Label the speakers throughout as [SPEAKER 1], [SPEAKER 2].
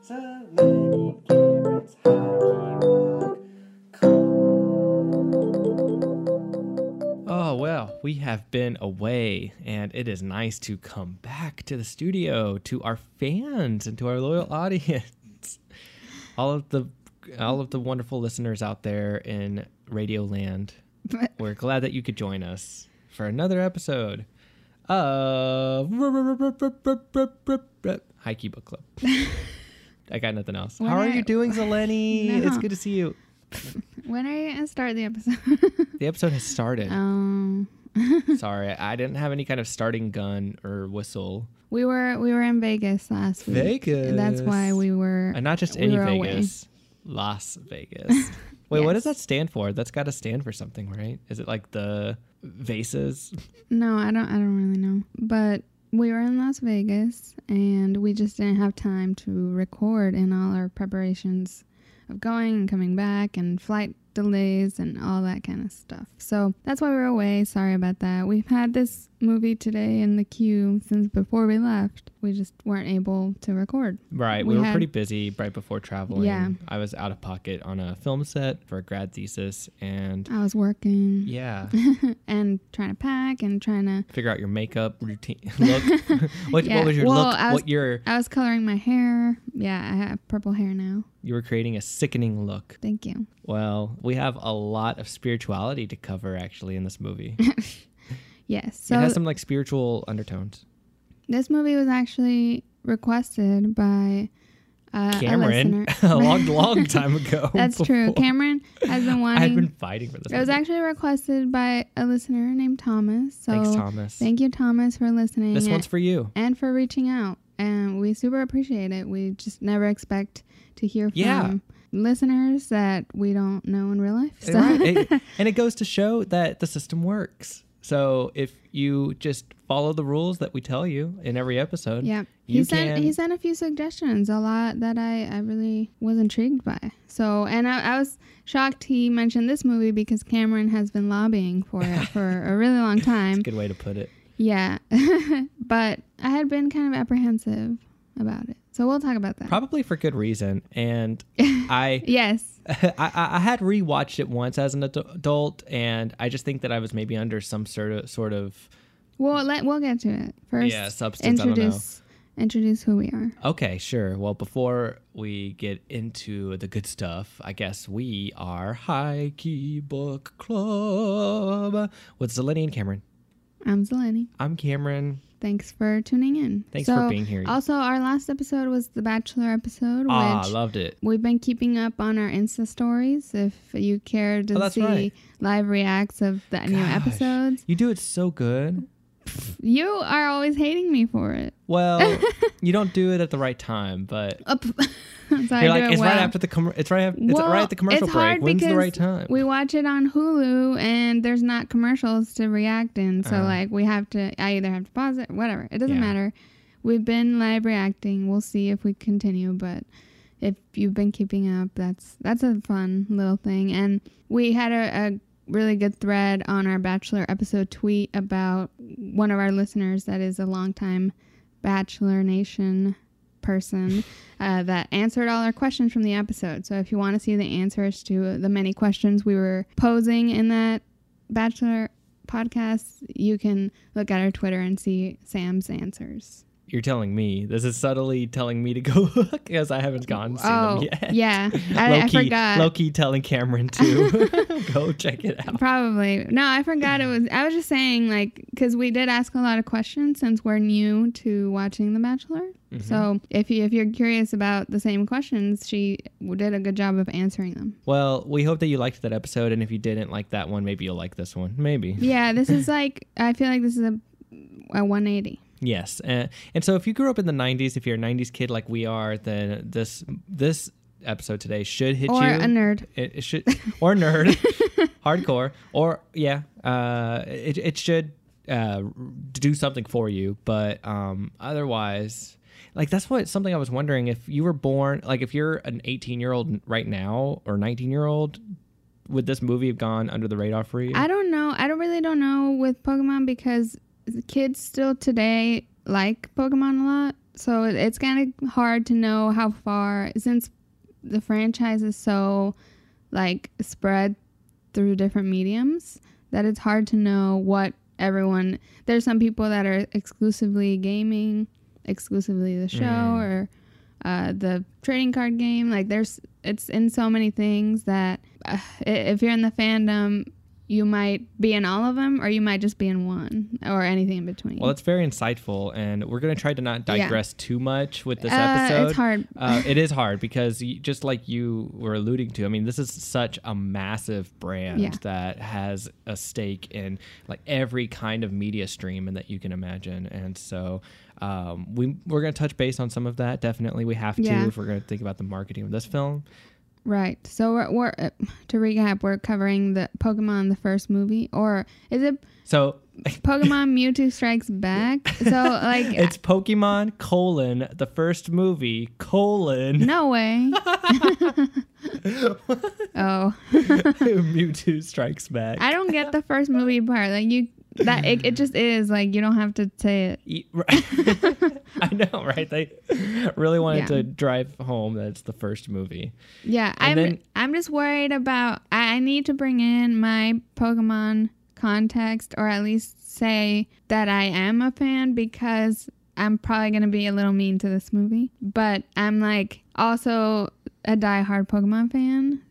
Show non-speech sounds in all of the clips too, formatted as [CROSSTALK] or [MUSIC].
[SPEAKER 1] Selene Garrett's hockey walk.
[SPEAKER 2] Oh, well, we have been away, and it is nice to come back to the studio, to our fans, and to our loyal audience. All of the all of the wonderful listeners out there in Radio Land. We're glad that you could join us for another episode of Hikey Book Club. I got nothing else. How are
[SPEAKER 3] When I-
[SPEAKER 2] you doing, Zeleny?
[SPEAKER 3] No.
[SPEAKER 2] It's good to see you.
[SPEAKER 3] When are you gonna start the episode? [LAUGHS]
[SPEAKER 2] The episode has started.
[SPEAKER 3] um,
[SPEAKER 2] Sorry, I didn't have any kind of starting gun or whistle.
[SPEAKER 3] we were we were in Vegas last week.
[SPEAKER 2] Vegas.
[SPEAKER 3] That's why we were.
[SPEAKER 2] And not just
[SPEAKER 3] we
[SPEAKER 2] any
[SPEAKER 3] were away.
[SPEAKER 2] Vegas, Las
[SPEAKER 3] [LAUGHS]
[SPEAKER 2] Vegas. Wait, what does that stand for? That's got to stand for something, right? Is it like the vases?
[SPEAKER 3] No, I don't. I don't really know. But we were in Las Vegas, and we just didn't have time to record in all our preparations of going and coming back, and flight delays, and all that kind of stuff. So that's why we were away. Sorry about that. We've had this movie today in the queue since before we left. We just weren't able to record.
[SPEAKER 2] Right. We,
[SPEAKER 3] We
[SPEAKER 2] were
[SPEAKER 3] had-
[SPEAKER 2] pretty busy right before traveling.
[SPEAKER 3] Yeah.
[SPEAKER 2] I was out of pocket on a film set for a grad thesis, and
[SPEAKER 3] I was working. [LAUGHS]
[SPEAKER 2] yeah,
[SPEAKER 3] and trying to pack and trying to
[SPEAKER 2] figure out your makeup routine. [LAUGHS]
[SPEAKER 3] [LAUGHS]
[SPEAKER 2] look, what,
[SPEAKER 3] Yeah,
[SPEAKER 2] what was your
[SPEAKER 3] well,
[SPEAKER 2] look?
[SPEAKER 3] I was-
[SPEAKER 2] what your
[SPEAKER 3] I was coloring my hair. Yeah, I have purple hair now.
[SPEAKER 2] you were creating a sickening look.
[SPEAKER 3] Thank you.
[SPEAKER 2] Well, we have a lot of spirituality to cover actually in this
[SPEAKER 3] [LAUGHS]
[SPEAKER 2] movie.
[SPEAKER 3] Yes.
[SPEAKER 2] it
[SPEAKER 3] So
[SPEAKER 2] has some like spiritual undertones. [LAUGHS]
[SPEAKER 3] this movie was actually requested by uh, a
[SPEAKER 2] Cameron,
[SPEAKER 3] listener.
[SPEAKER 2] [LAUGHS] a long, long time ago.
[SPEAKER 3] [LAUGHS] That's
[SPEAKER 2] [LAUGHS]
[SPEAKER 3] true.
[SPEAKER 2] before-
[SPEAKER 3] Cameron has been
[SPEAKER 2] [LAUGHS] I had
[SPEAKER 3] wanting.
[SPEAKER 2] been fighting for this.
[SPEAKER 3] it was
[SPEAKER 2] movie.
[SPEAKER 3] actually requested by a listener named Thomas. So
[SPEAKER 2] Thanks, Thomas.
[SPEAKER 3] thank you, Thomas, for listening.
[SPEAKER 2] this one's for
[SPEAKER 3] [LAUGHS]
[SPEAKER 2] you.
[SPEAKER 3] and for reaching out. And we super appreciate it. We just never expect to hear from
[SPEAKER 2] Yeah.
[SPEAKER 3] listeners that we don't know in real life. So [LAUGHS]
[SPEAKER 2] Right. It- and it goes to show that the system works. So if you just follow the rules that we tell you in every episode,
[SPEAKER 3] yeah,
[SPEAKER 2] you
[SPEAKER 3] he sent
[SPEAKER 2] can.
[SPEAKER 3] he sent a few suggestions, a lot that I I really was intrigued by. So and I, I was shocked he mentioned this movie because Cameron has been lobbying for it for a really
[SPEAKER 2] [LAUGHS]
[SPEAKER 3] long time.
[SPEAKER 2] good way to put it.
[SPEAKER 3] Yeah, [LAUGHS] but I had been kind of apprehensive about it. So we'll talk about that.
[SPEAKER 2] Probably for good reason.
[SPEAKER 3] [LAUGHS]
[SPEAKER 2] And I
[SPEAKER 3] yes.
[SPEAKER 2] I, I I had rewatched it once as an adu- adult, and I just think that I was maybe under some sort of sort of
[SPEAKER 3] Well, let we'll get to it first.
[SPEAKER 2] Yeah, substance, I don't know.
[SPEAKER 3] Introduce introduce who we are.
[SPEAKER 2] okay, sure. Well, before we get into the good stuff, I guess we are High Key Book Club with Zeleny and Cameron.
[SPEAKER 3] I'm Zeleni.
[SPEAKER 2] I'm Cameron.
[SPEAKER 3] Thanks for tuning in.
[SPEAKER 2] Thanks for being here.
[SPEAKER 3] Also, our last episode was the Bachelor episode,
[SPEAKER 2] Ah,
[SPEAKER 3] which
[SPEAKER 2] loved it.
[SPEAKER 3] we've been keeping up on our Insta stories. If you care to
[SPEAKER 2] Oh, that's
[SPEAKER 3] see
[SPEAKER 2] right.
[SPEAKER 3] live reacts of the new
[SPEAKER 2] Gosh,
[SPEAKER 3] episodes,
[SPEAKER 2] You do it so good.
[SPEAKER 3] you are always hating me for it. [LAUGHS]
[SPEAKER 2] Well, you don't do it at the right time, but
[SPEAKER 3] Up. so I
[SPEAKER 2] you're
[SPEAKER 3] do
[SPEAKER 2] like
[SPEAKER 3] it
[SPEAKER 2] it's right
[SPEAKER 3] well.
[SPEAKER 2] after the com- it's right af- it's
[SPEAKER 3] Well,
[SPEAKER 2] right at the commercial
[SPEAKER 3] it's
[SPEAKER 2] break.
[SPEAKER 3] hard
[SPEAKER 2] When's the
[SPEAKER 3] because
[SPEAKER 2] right time?
[SPEAKER 3] We watch it on Hulu and there's not commercials to react in. So,
[SPEAKER 2] Uh-huh.
[SPEAKER 3] like, we have to, I either have to pause it, whatever. It doesn't
[SPEAKER 2] Yeah.
[SPEAKER 3] matter. We've been live reacting. We'll see if we continue, but. If you've been keeping up, that's that's a fun little thing. And we had a, a really good thread on our Bachelor episode tweet about one of our listeners that is a longtime Bachelor Nation person uh, that answered all our questions from the episode. So if you want to see the answers to the many questions we were posing in that Bachelor podcast, you can look at our Twitter and see Sam's answers.
[SPEAKER 2] You're telling me. This is subtly telling me to go [LAUGHS] look because I haven't gone and seen
[SPEAKER 3] oh,
[SPEAKER 2] them yet.
[SPEAKER 3] yeah. I, I
[SPEAKER 2] [LAUGHS] Low-key-
[SPEAKER 3] forgot.
[SPEAKER 2] low-key telling Cameron
[SPEAKER 3] [LAUGHS]
[SPEAKER 2] to [LAUGHS] go check it out.
[SPEAKER 3] Probably. No, I forgot it was. I was just saying, like, because we did ask a lot of questions since we're new to watching The Bachelor.
[SPEAKER 2] Mm-hmm.
[SPEAKER 3] So if, you, if you're curious about the same questions, she did a good job of answering them.
[SPEAKER 2] Well, we hope that you liked that episode, and if you didn't like that one, maybe you'll like this one. Maybe.
[SPEAKER 3] Yeah, this is like I feel like this is a a
[SPEAKER 2] [LAUGHS]
[SPEAKER 3] 180.
[SPEAKER 2] Yes, uh, and so if you grew up in the '90s, if you're a '90s kid like we are, then this this episode today should hit
[SPEAKER 3] Or
[SPEAKER 2] you.
[SPEAKER 3] a nerd.
[SPEAKER 2] it,
[SPEAKER 3] [LAUGHS]
[SPEAKER 2] it should or nerd, hardcore, or yeah, uh, it it should uh, do something for you. But um, otherwise, like that's what something I was wondering if you were born, like if you're an 18 year old right now or 19 year old, would this movie have gone under the radar for you?
[SPEAKER 3] I don't know. I don't really don't know with Pokemon because the kids still today like Pokemon a lot. So it- it's kind of hard to know how far since the franchise is so like spread through different mediums that it's hard to know what everyone there's some people that are exclusively gaming, exclusively the show
[SPEAKER 2] Mm.
[SPEAKER 3] or uh, the trading card game. Like there's, it's in so many things that uh, i- if you're in the fandom, you might be in all of them, or you might just be in one, or anything in between.
[SPEAKER 2] Well, that's very insightful, and we're gonna try to not
[SPEAKER 3] Yeah.
[SPEAKER 2] digress too much with this
[SPEAKER 3] Uh,
[SPEAKER 2] episode.
[SPEAKER 3] It's hard.
[SPEAKER 2] uh, it is hard because you, just like you were alluding to, I mean, this is such a massive brand
[SPEAKER 3] Yeah.
[SPEAKER 2] that has a stake in like every kind of media stream and that you can imagine. And so um, we we're gonna touch base on some of that. Definitely, we have to
[SPEAKER 3] Yeah.
[SPEAKER 2] if we're gonna think about the marketing of this film.
[SPEAKER 3] Right. So we're, we're uh, to recap, we're covering the Pokemon the first movie, or is it
[SPEAKER 2] So [LAUGHS]
[SPEAKER 3] Pokemon Mewtwo Strikes Back? So like,
[SPEAKER 2] it's Pokemon colon the first movie
[SPEAKER 3] [LAUGHS]
[SPEAKER 2] colon
[SPEAKER 3] no way. oh,
[SPEAKER 2] Mewtwo Strikes Back.
[SPEAKER 3] I don't get the first movie part. Like you, that it, it just is like you don't have to say it.
[SPEAKER 2] E- right. [LAUGHS] I know, right? They [LAUGHS] really wanted
[SPEAKER 3] Yeah.
[SPEAKER 2] to drive home that it's the first movie.
[SPEAKER 3] Yeah, I'm
[SPEAKER 2] And then-
[SPEAKER 3] I'm just worried about I, I need to bring in my Pokemon context or at least say that I am a fan because I'm probably gonna be a little mean to this movie. But I'm like also a diehard Pokemon fan.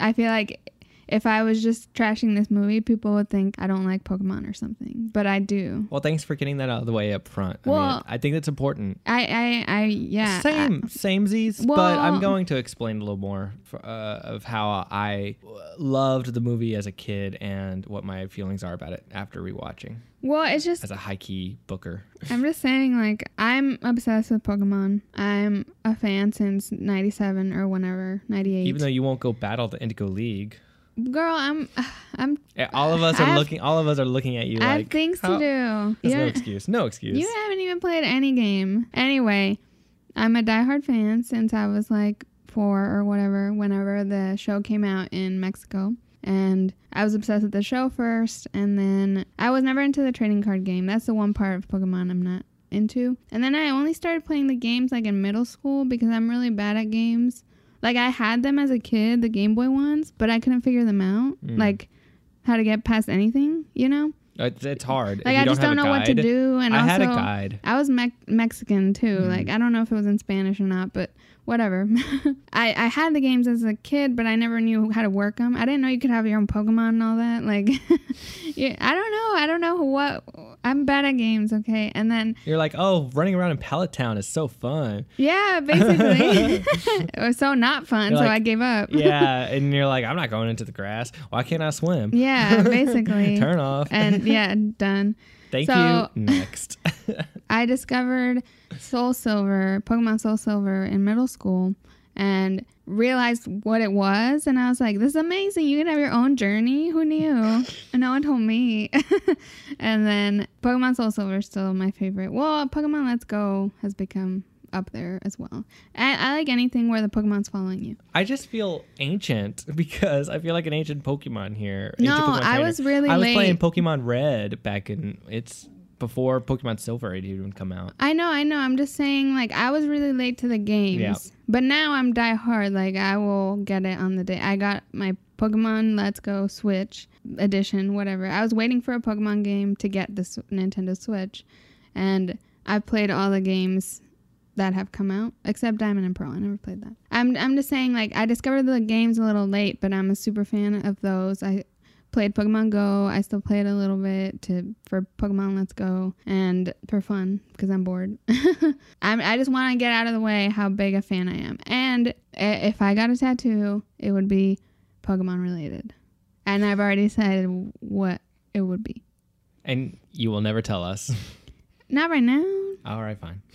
[SPEAKER 3] I feel like if I was just trashing this movie, people would think I don't like Pokemon or something. But I do.
[SPEAKER 2] Well, thanks for getting that out of the way up front. I, mean,
[SPEAKER 3] Well-
[SPEAKER 2] I think that's important.
[SPEAKER 3] I I, I yeah. I-
[SPEAKER 2] Same, samezies, but I'm
[SPEAKER 3] Well-
[SPEAKER 2] going to explain a little more for, uh, of how I loved the movie as a kid and what my feelings are about it after rewatching
[SPEAKER 3] well, it's just
[SPEAKER 2] as a high key booker.
[SPEAKER 3] I'm just saying, like, I'm obsessed with Pokemon. I'm a fan since 97 or whenever, 98.
[SPEAKER 2] Even though you won't go battle the Indigo League,
[SPEAKER 3] Girl, I'm, [SIGHS] I'm,
[SPEAKER 2] eh, all of us are
[SPEAKER 3] I have-
[SPEAKER 2] looking. All of us are looking at you
[SPEAKER 3] I
[SPEAKER 2] like
[SPEAKER 3] have things
[SPEAKER 2] "How-"
[SPEAKER 3] to do.
[SPEAKER 2] There's
[SPEAKER 3] You,
[SPEAKER 2] no
[SPEAKER 3] don't-
[SPEAKER 2] excuse. No excuse.
[SPEAKER 3] you haven't even played any game. Anyway, I'm a diehard fan since I was like four or whatever, whenever the show came out in Mexico. And I was obsessed with the show first, and then I was never into the trading card game. That's the one part of Pokemon I'm not into. And then I only started playing the games like in middle school because I'm really bad at games. Like I had them as a kid, the Game Boy ones, but I couldn't figure them out.
[SPEAKER 2] Mm.
[SPEAKER 3] Like how to get past anything, you know?
[SPEAKER 2] Uh, It's, it's hard. If
[SPEAKER 3] Like
[SPEAKER 2] you
[SPEAKER 3] I just
[SPEAKER 2] have
[SPEAKER 3] don't,
[SPEAKER 2] a
[SPEAKER 3] know what to
[SPEAKER 2] guide-
[SPEAKER 3] do. And
[SPEAKER 2] I
[SPEAKER 3] also,
[SPEAKER 2] had a guide.
[SPEAKER 3] I was Mex Mexican too.
[SPEAKER 2] Mm.
[SPEAKER 3] Like I don't know if it was in Spanish or not, but whatever. [LAUGHS] I I had the games as a kid, but I never knew how to work them. I didn't know you could have your own Pokemon and all that. Like, [LAUGHS] yeah, I don't know. I don't know what. I'm bad at games. Okay, and then
[SPEAKER 2] You're like, oh, running around in Pallet Town is so fun.
[SPEAKER 3] yeah,
[SPEAKER 2] [LAUGHS]
[SPEAKER 3] basically, [LAUGHS] it was so not fun.
[SPEAKER 2] You're
[SPEAKER 3] so
[SPEAKER 2] like,
[SPEAKER 3] I gave up.
[SPEAKER 2] Yeah, and you're like, I'm not going into the grass. Why can't I swim?
[SPEAKER 3] [LAUGHS] Yeah,
[SPEAKER 2] [LAUGHS]
[SPEAKER 3] basically.
[SPEAKER 2] Turn off.
[SPEAKER 3] and yeah, done.
[SPEAKER 2] Thank
[SPEAKER 3] so-
[SPEAKER 2] you. Next. [LAUGHS]
[SPEAKER 3] I discovered Soul Silver, Pokemon Soul Silver in middle school and realized what it was and I was like, This is amazing. You can have your own journey. Who knew? and no one told me. [LAUGHS] and then Pokemon Soul Silver is still my favorite. Well, Pokemon Let's Go has become up there as well. I, I like anything where the Pokemon's following you.
[SPEAKER 2] I just feel ancient [LAUGHS] because I feel like an ancient Pokemon here.
[SPEAKER 3] No,
[SPEAKER 2] ancient Pokemon
[SPEAKER 3] I
[SPEAKER 2] trainer.
[SPEAKER 3] was really
[SPEAKER 2] I was
[SPEAKER 3] late.
[SPEAKER 2] playing Pokemon Red back in it's before Pokemon Silver had even come out.
[SPEAKER 3] I know, I know. I'm just saying, like, I was really late to the games.
[SPEAKER 2] Yeah.
[SPEAKER 3] But now I'm diehard. Like, I will get it on the day. I got my Pokemon Let's Go Switch edition, whatever. I was waiting for a Pokemon game to get the S- Nintendo Switch. And I've played all the games that have come out, except Diamond and Pearl. I never played that. I'm, I'm just saying, like, I discovered the games a little late, but I'm a super fan of those. I played Pokemon Go. I still play it a little bit to for Pokemon Let's Go and for fun because I'm bored. [LAUGHS] I'm, I just want to get out of the way how big a fan I am. And i- if I got a tattoo, it would be Pokemon related. And I've already decided what it would be.
[SPEAKER 2] And you will never tell us.
[SPEAKER 3] [LAUGHS] Not right now.
[SPEAKER 2] All right, fine. [LAUGHS]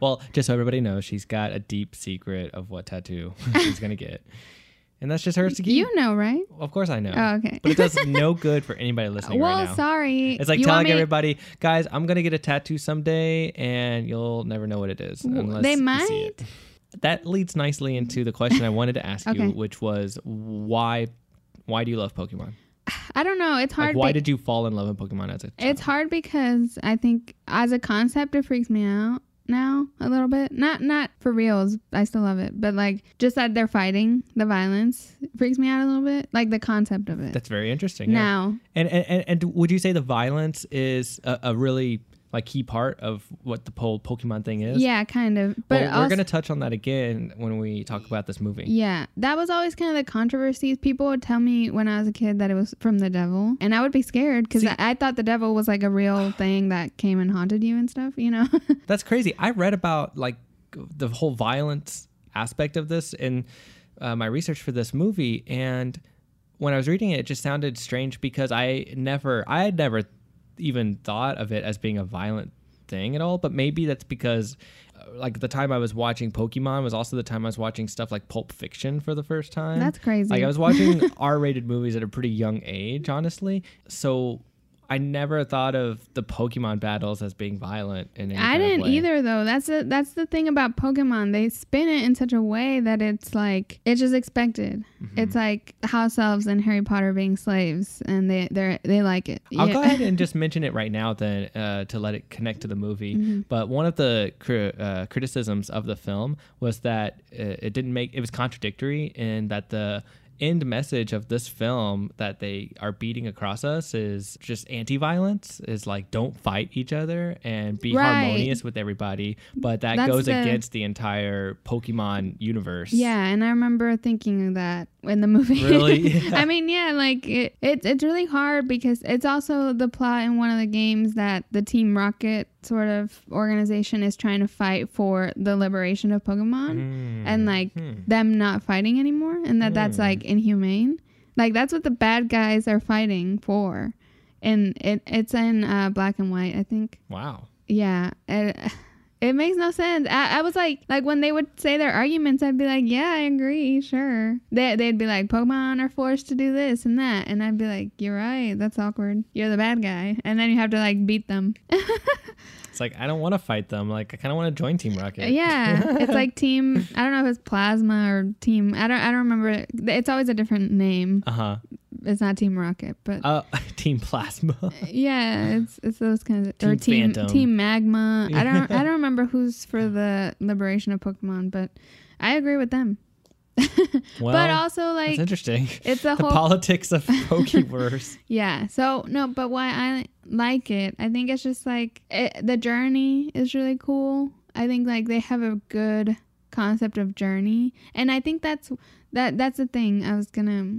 [SPEAKER 2] Well, just so everybody knows, she's got a deep secret of what tattoo she's gonna get. and that's just hers to keep.
[SPEAKER 3] You know, right?
[SPEAKER 2] Of course, I know.
[SPEAKER 3] Oh, okay.
[SPEAKER 2] But it does no good for anybody listening
[SPEAKER 3] well,
[SPEAKER 2] right now.
[SPEAKER 3] sorry.
[SPEAKER 2] It's like
[SPEAKER 3] You want
[SPEAKER 2] telling
[SPEAKER 3] me-
[SPEAKER 2] everybody, guys, I'm gonna get a tattoo someday, and you'll never know what it is
[SPEAKER 3] W-
[SPEAKER 2] unless
[SPEAKER 3] they
[SPEAKER 2] You see it. That leads nicely into the question I wanted to ask
[SPEAKER 3] Okay.
[SPEAKER 2] you, which was why why do you love Pokemon?
[SPEAKER 3] I don't know. It's
[SPEAKER 2] Like,
[SPEAKER 3] hard.
[SPEAKER 2] why
[SPEAKER 3] be-
[SPEAKER 2] did you fall in love with Pokemon as a child?
[SPEAKER 3] It's hard because I think as a concept it freaks me out now a little bit. Not not for reals. I still love it, but like just that they're fighting the violence freaks me out a little bit. Like the concept of it.
[SPEAKER 2] That's very interesting. yeah.
[SPEAKER 3] now,
[SPEAKER 2] And, and and and would you say the violence is a, a really like key part of what the whole Pokemon thing is?
[SPEAKER 3] yeah, kind of. But
[SPEAKER 2] But we're
[SPEAKER 3] also,
[SPEAKER 2] gonna touch on that again when we talk about this movie.
[SPEAKER 3] yeah, that was always kind of the controversies. People would tell me when I was a kid that it was from the devil, and I would be scared because
[SPEAKER 2] See-
[SPEAKER 3] I, I thought the devil was like a
[SPEAKER 2] [SIGHS]
[SPEAKER 3] real thing that came and haunted you and stuff. You know? [LAUGHS]
[SPEAKER 2] [LAUGHS] That's crazy. I read about like the whole violence aspect of this in uh, my research for this movie, and when I was reading it, it just sounded strange because I never, I had never even thought of it as being a violent thing at all. But maybe that's because, uh, like, the time I was watching Pokemon was also the time I was watching stuff like Pulp Fiction for the first time.
[SPEAKER 3] That's crazy.
[SPEAKER 2] Like I
[SPEAKER 3] [LAUGHS]
[SPEAKER 2] was watching R-rated movies at a pretty young age, honestly. So. I never thought of the Pokemon battles as being violent in any
[SPEAKER 3] I
[SPEAKER 2] kind of
[SPEAKER 3] didn't
[SPEAKER 2] way.
[SPEAKER 3] either though. That's the that's the thing about Pokemon. They spin it in such a way that it's like it's just expected.
[SPEAKER 2] Mm-hmm.
[SPEAKER 3] It's like house elves and Harry Potter being slaves, and they they they like it.
[SPEAKER 2] I'll Oh, go ahead and just mention it right now, then, uh, to let it connect to the movie.
[SPEAKER 3] Mm-hmm.
[SPEAKER 2] But one of the cri- uh, criticisms of the film was that uh, it didn't make it was contradictory in that the end message of this film that they are beating across us is just anti-violence is like don't fight each other and be
[SPEAKER 3] Right.
[SPEAKER 2] harmonious with everybody but that
[SPEAKER 3] That's
[SPEAKER 2] goes
[SPEAKER 3] the-
[SPEAKER 2] against the entire pokemon universe
[SPEAKER 3] [LAUGHS] Yeah, and I remember thinking of that in the movie. [LAUGHS]
[SPEAKER 2] Really? Yeah.
[SPEAKER 3] I mean, yeah, like it, it, it's really hard because it's also the plot in one of the games that the Team Rocket sort of organization is trying to fight for the liberation of
[SPEAKER 2] Mm-hmm.
[SPEAKER 3] Pokemon
[SPEAKER 2] Hmm.
[SPEAKER 3] and like them not fighting anymore, and that that's like inhumane. Like that's what the bad guys are fighting for, and it it's in uh, black and white, I think.
[SPEAKER 2] wow
[SPEAKER 3] Yeah. It, [SIGHS] it makes no sense. I, I was like, like when they would say their arguments, I'd be like, yeah, I agree, sure. They, they'd be like, Pokemon are forced to do this and that. And I'd be like, you're right. That's awkward. You're the bad guy. And then you have to like beat them.
[SPEAKER 2] it's like i don't want to fight them like i kind of want to join team rocket
[SPEAKER 3] yeah.
[SPEAKER 2] [LAUGHS]
[SPEAKER 3] It's like team, I don't know if it's plasma or team. I don't, I don't remember. It's always a different name.
[SPEAKER 2] uh-huh
[SPEAKER 3] It's not team rocket, but
[SPEAKER 2] uh [LAUGHS] team
[SPEAKER 3] [LAUGHS]
[SPEAKER 2] plasma
[SPEAKER 3] yeah, it's, it's those kinds of, or
[SPEAKER 2] Team
[SPEAKER 3] team,
[SPEAKER 2] Phantom.
[SPEAKER 3] team magma.
[SPEAKER 2] [LAUGHS]
[SPEAKER 3] I don't, I don't remember who's for the liberation of Pokemon, but I agree with them.
[SPEAKER 2] well
[SPEAKER 3] but also like
[SPEAKER 2] That's interesting.
[SPEAKER 3] it's a
[SPEAKER 2] [LAUGHS] the
[SPEAKER 3] whole
[SPEAKER 2] politics
[SPEAKER 3] [LAUGHS]
[SPEAKER 2] of Pokeverse.
[SPEAKER 3] yeah so no but why i like it i think it's just like it, the journey is really cool i think like they have a good concept of journey and i think that's that that's the thing i was gonna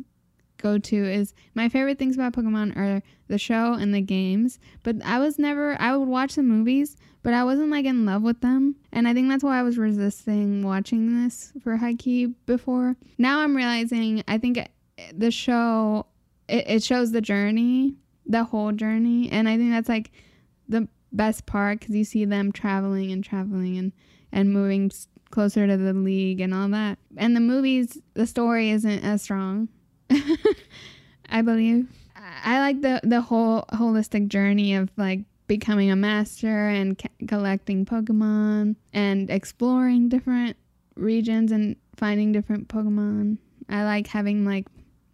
[SPEAKER 3] go to is my favorite things about pokemon are the show and the games but i was never i would watch the movies but i wasn't like in love with them and i think that's why i was resisting watching this for haiku before now i'm realizing i think eh, the show it, it shows the journey the whole journey and i think that's like the best part because you see them traveling and traveling and and moving s- closer to the league and all that and the movies the story isn't as strong [LAUGHS] i believe I- i like the the whole holistic journey of like becoming a master and c- collecting pokemon and exploring different regions and finding different pokemon i like having like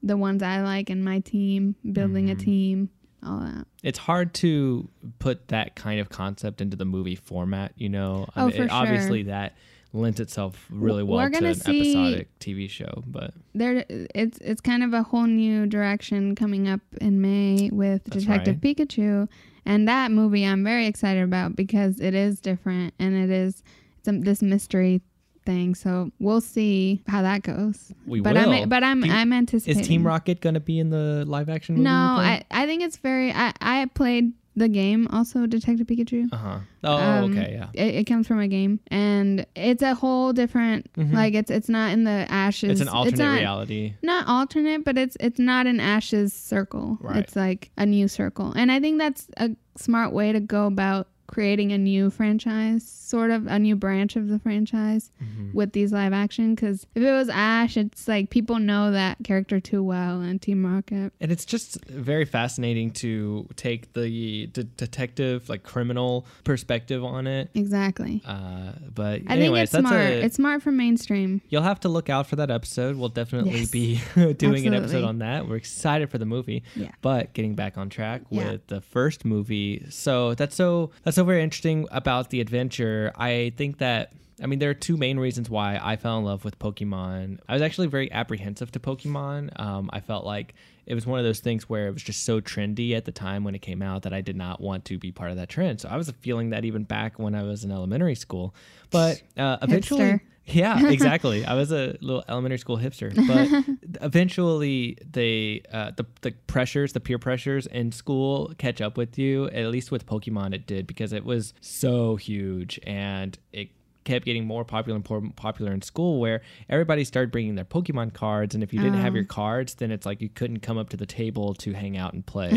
[SPEAKER 3] the ones I like and my team, building a team, all that.
[SPEAKER 2] It's hard to put that kind of concept into the movie format, you know.
[SPEAKER 3] Oh,
[SPEAKER 2] it-
[SPEAKER 3] for sure.
[SPEAKER 2] Obviously, that lends itself really
[SPEAKER 3] W-
[SPEAKER 2] well
[SPEAKER 3] we're
[SPEAKER 2] to
[SPEAKER 3] gonna
[SPEAKER 2] an
[SPEAKER 3] see-
[SPEAKER 2] episodic TV show. But
[SPEAKER 3] There, it's it's kind of a whole new direction coming up in May with
[SPEAKER 2] That's
[SPEAKER 3] Detective Pikachu, and that movie I'm very excited about because it is different and it is some this mystery thing. So we'll see how that goes.
[SPEAKER 2] we
[SPEAKER 3] but
[SPEAKER 2] will.
[SPEAKER 3] I'm but I'm
[SPEAKER 2] Do you-
[SPEAKER 3] I'm
[SPEAKER 2] is
[SPEAKER 3] anticipating.
[SPEAKER 2] Team Rocket going to be in the live action movie?
[SPEAKER 3] No, I I think it's very. I I played the game also Detective Pikachu.
[SPEAKER 2] Uh huh. Oh,
[SPEAKER 3] Um,
[SPEAKER 2] okay, yeah.
[SPEAKER 3] It, it comes from a game, and it's a whole different like it's it's not in the ashes.
[SPEAKER 2] Mm-hmm. It's an alternate
[SPEAKER 3] not,
[SPEAKER 2] reality.
[SPEAKER 3] Not alternate, but it's it's not an ashes circle.
[SPEAKER 2] Right.
[SPEAKER 3] It's like a new circle, and I think that's a smart way to go about creating a new franchise, sort of a new branch of the franchise
[SPEAKER 2] Mm-hmm.
[SPEAKER 3] with these live action. Because if it was Ash, it's like people know that character too well in Team Rocket.
[SPEAKER 2] And it's just very fascinating to take the de- detective, like criminal perspective on it.
[SPEAKER 3] Exactly.
[SPEAKER 2] Uh, but
[SPEAKER 3] I think
[SPEAKER 2] anyways,
[SPEAKER 3] it's
[SPEAKER 2] that's
[SPEAKER 3] smart.
[SPEAKER 2] a,
[SPEAKER 3] it's smart for mainstream.
[SPEAKER 2] you'll have to look out for that episode. We'll definitely
[SPEAKER 3] Yes. [LAUGHS]
[SPEAKER 2] be [LAUGHS] doing an episode
[SPEAKER 3] Absolutely.
[SPEAKER 2] on that. We're excited for the movie.
[SPEAKER 3] Yeah.
[SPEAKER 2] But getting back on track
[SPEAKER 3] Yeah.
[SPEAKER 2] with the first movie, so that's so that's so very interesting about the adventure. I think that I mean there are two main reasons why I fell in love with Pokemon. I was actually very apprehensive to Pokemon. Um, I felt like it was one of those things where it was just so trendy at the time when it came out that I did not want to be part of that trend. So I was feeling that even back when I was in elementary school. But uh, eventually,
[SPEAKER 3] Hipster.
[SPEAKER 2] yeah, exactly. I was a little elementary school hipster, but eventually they uh, the the pressures, the peer pressures in school catch up with you. At least with Pokemon, it did because it was so huge and it kept getting more popular and more popular in school where everybody started bringing their pokemon cards and if you didn't have your cards then it's like you couldn't come up to the table to hang out and play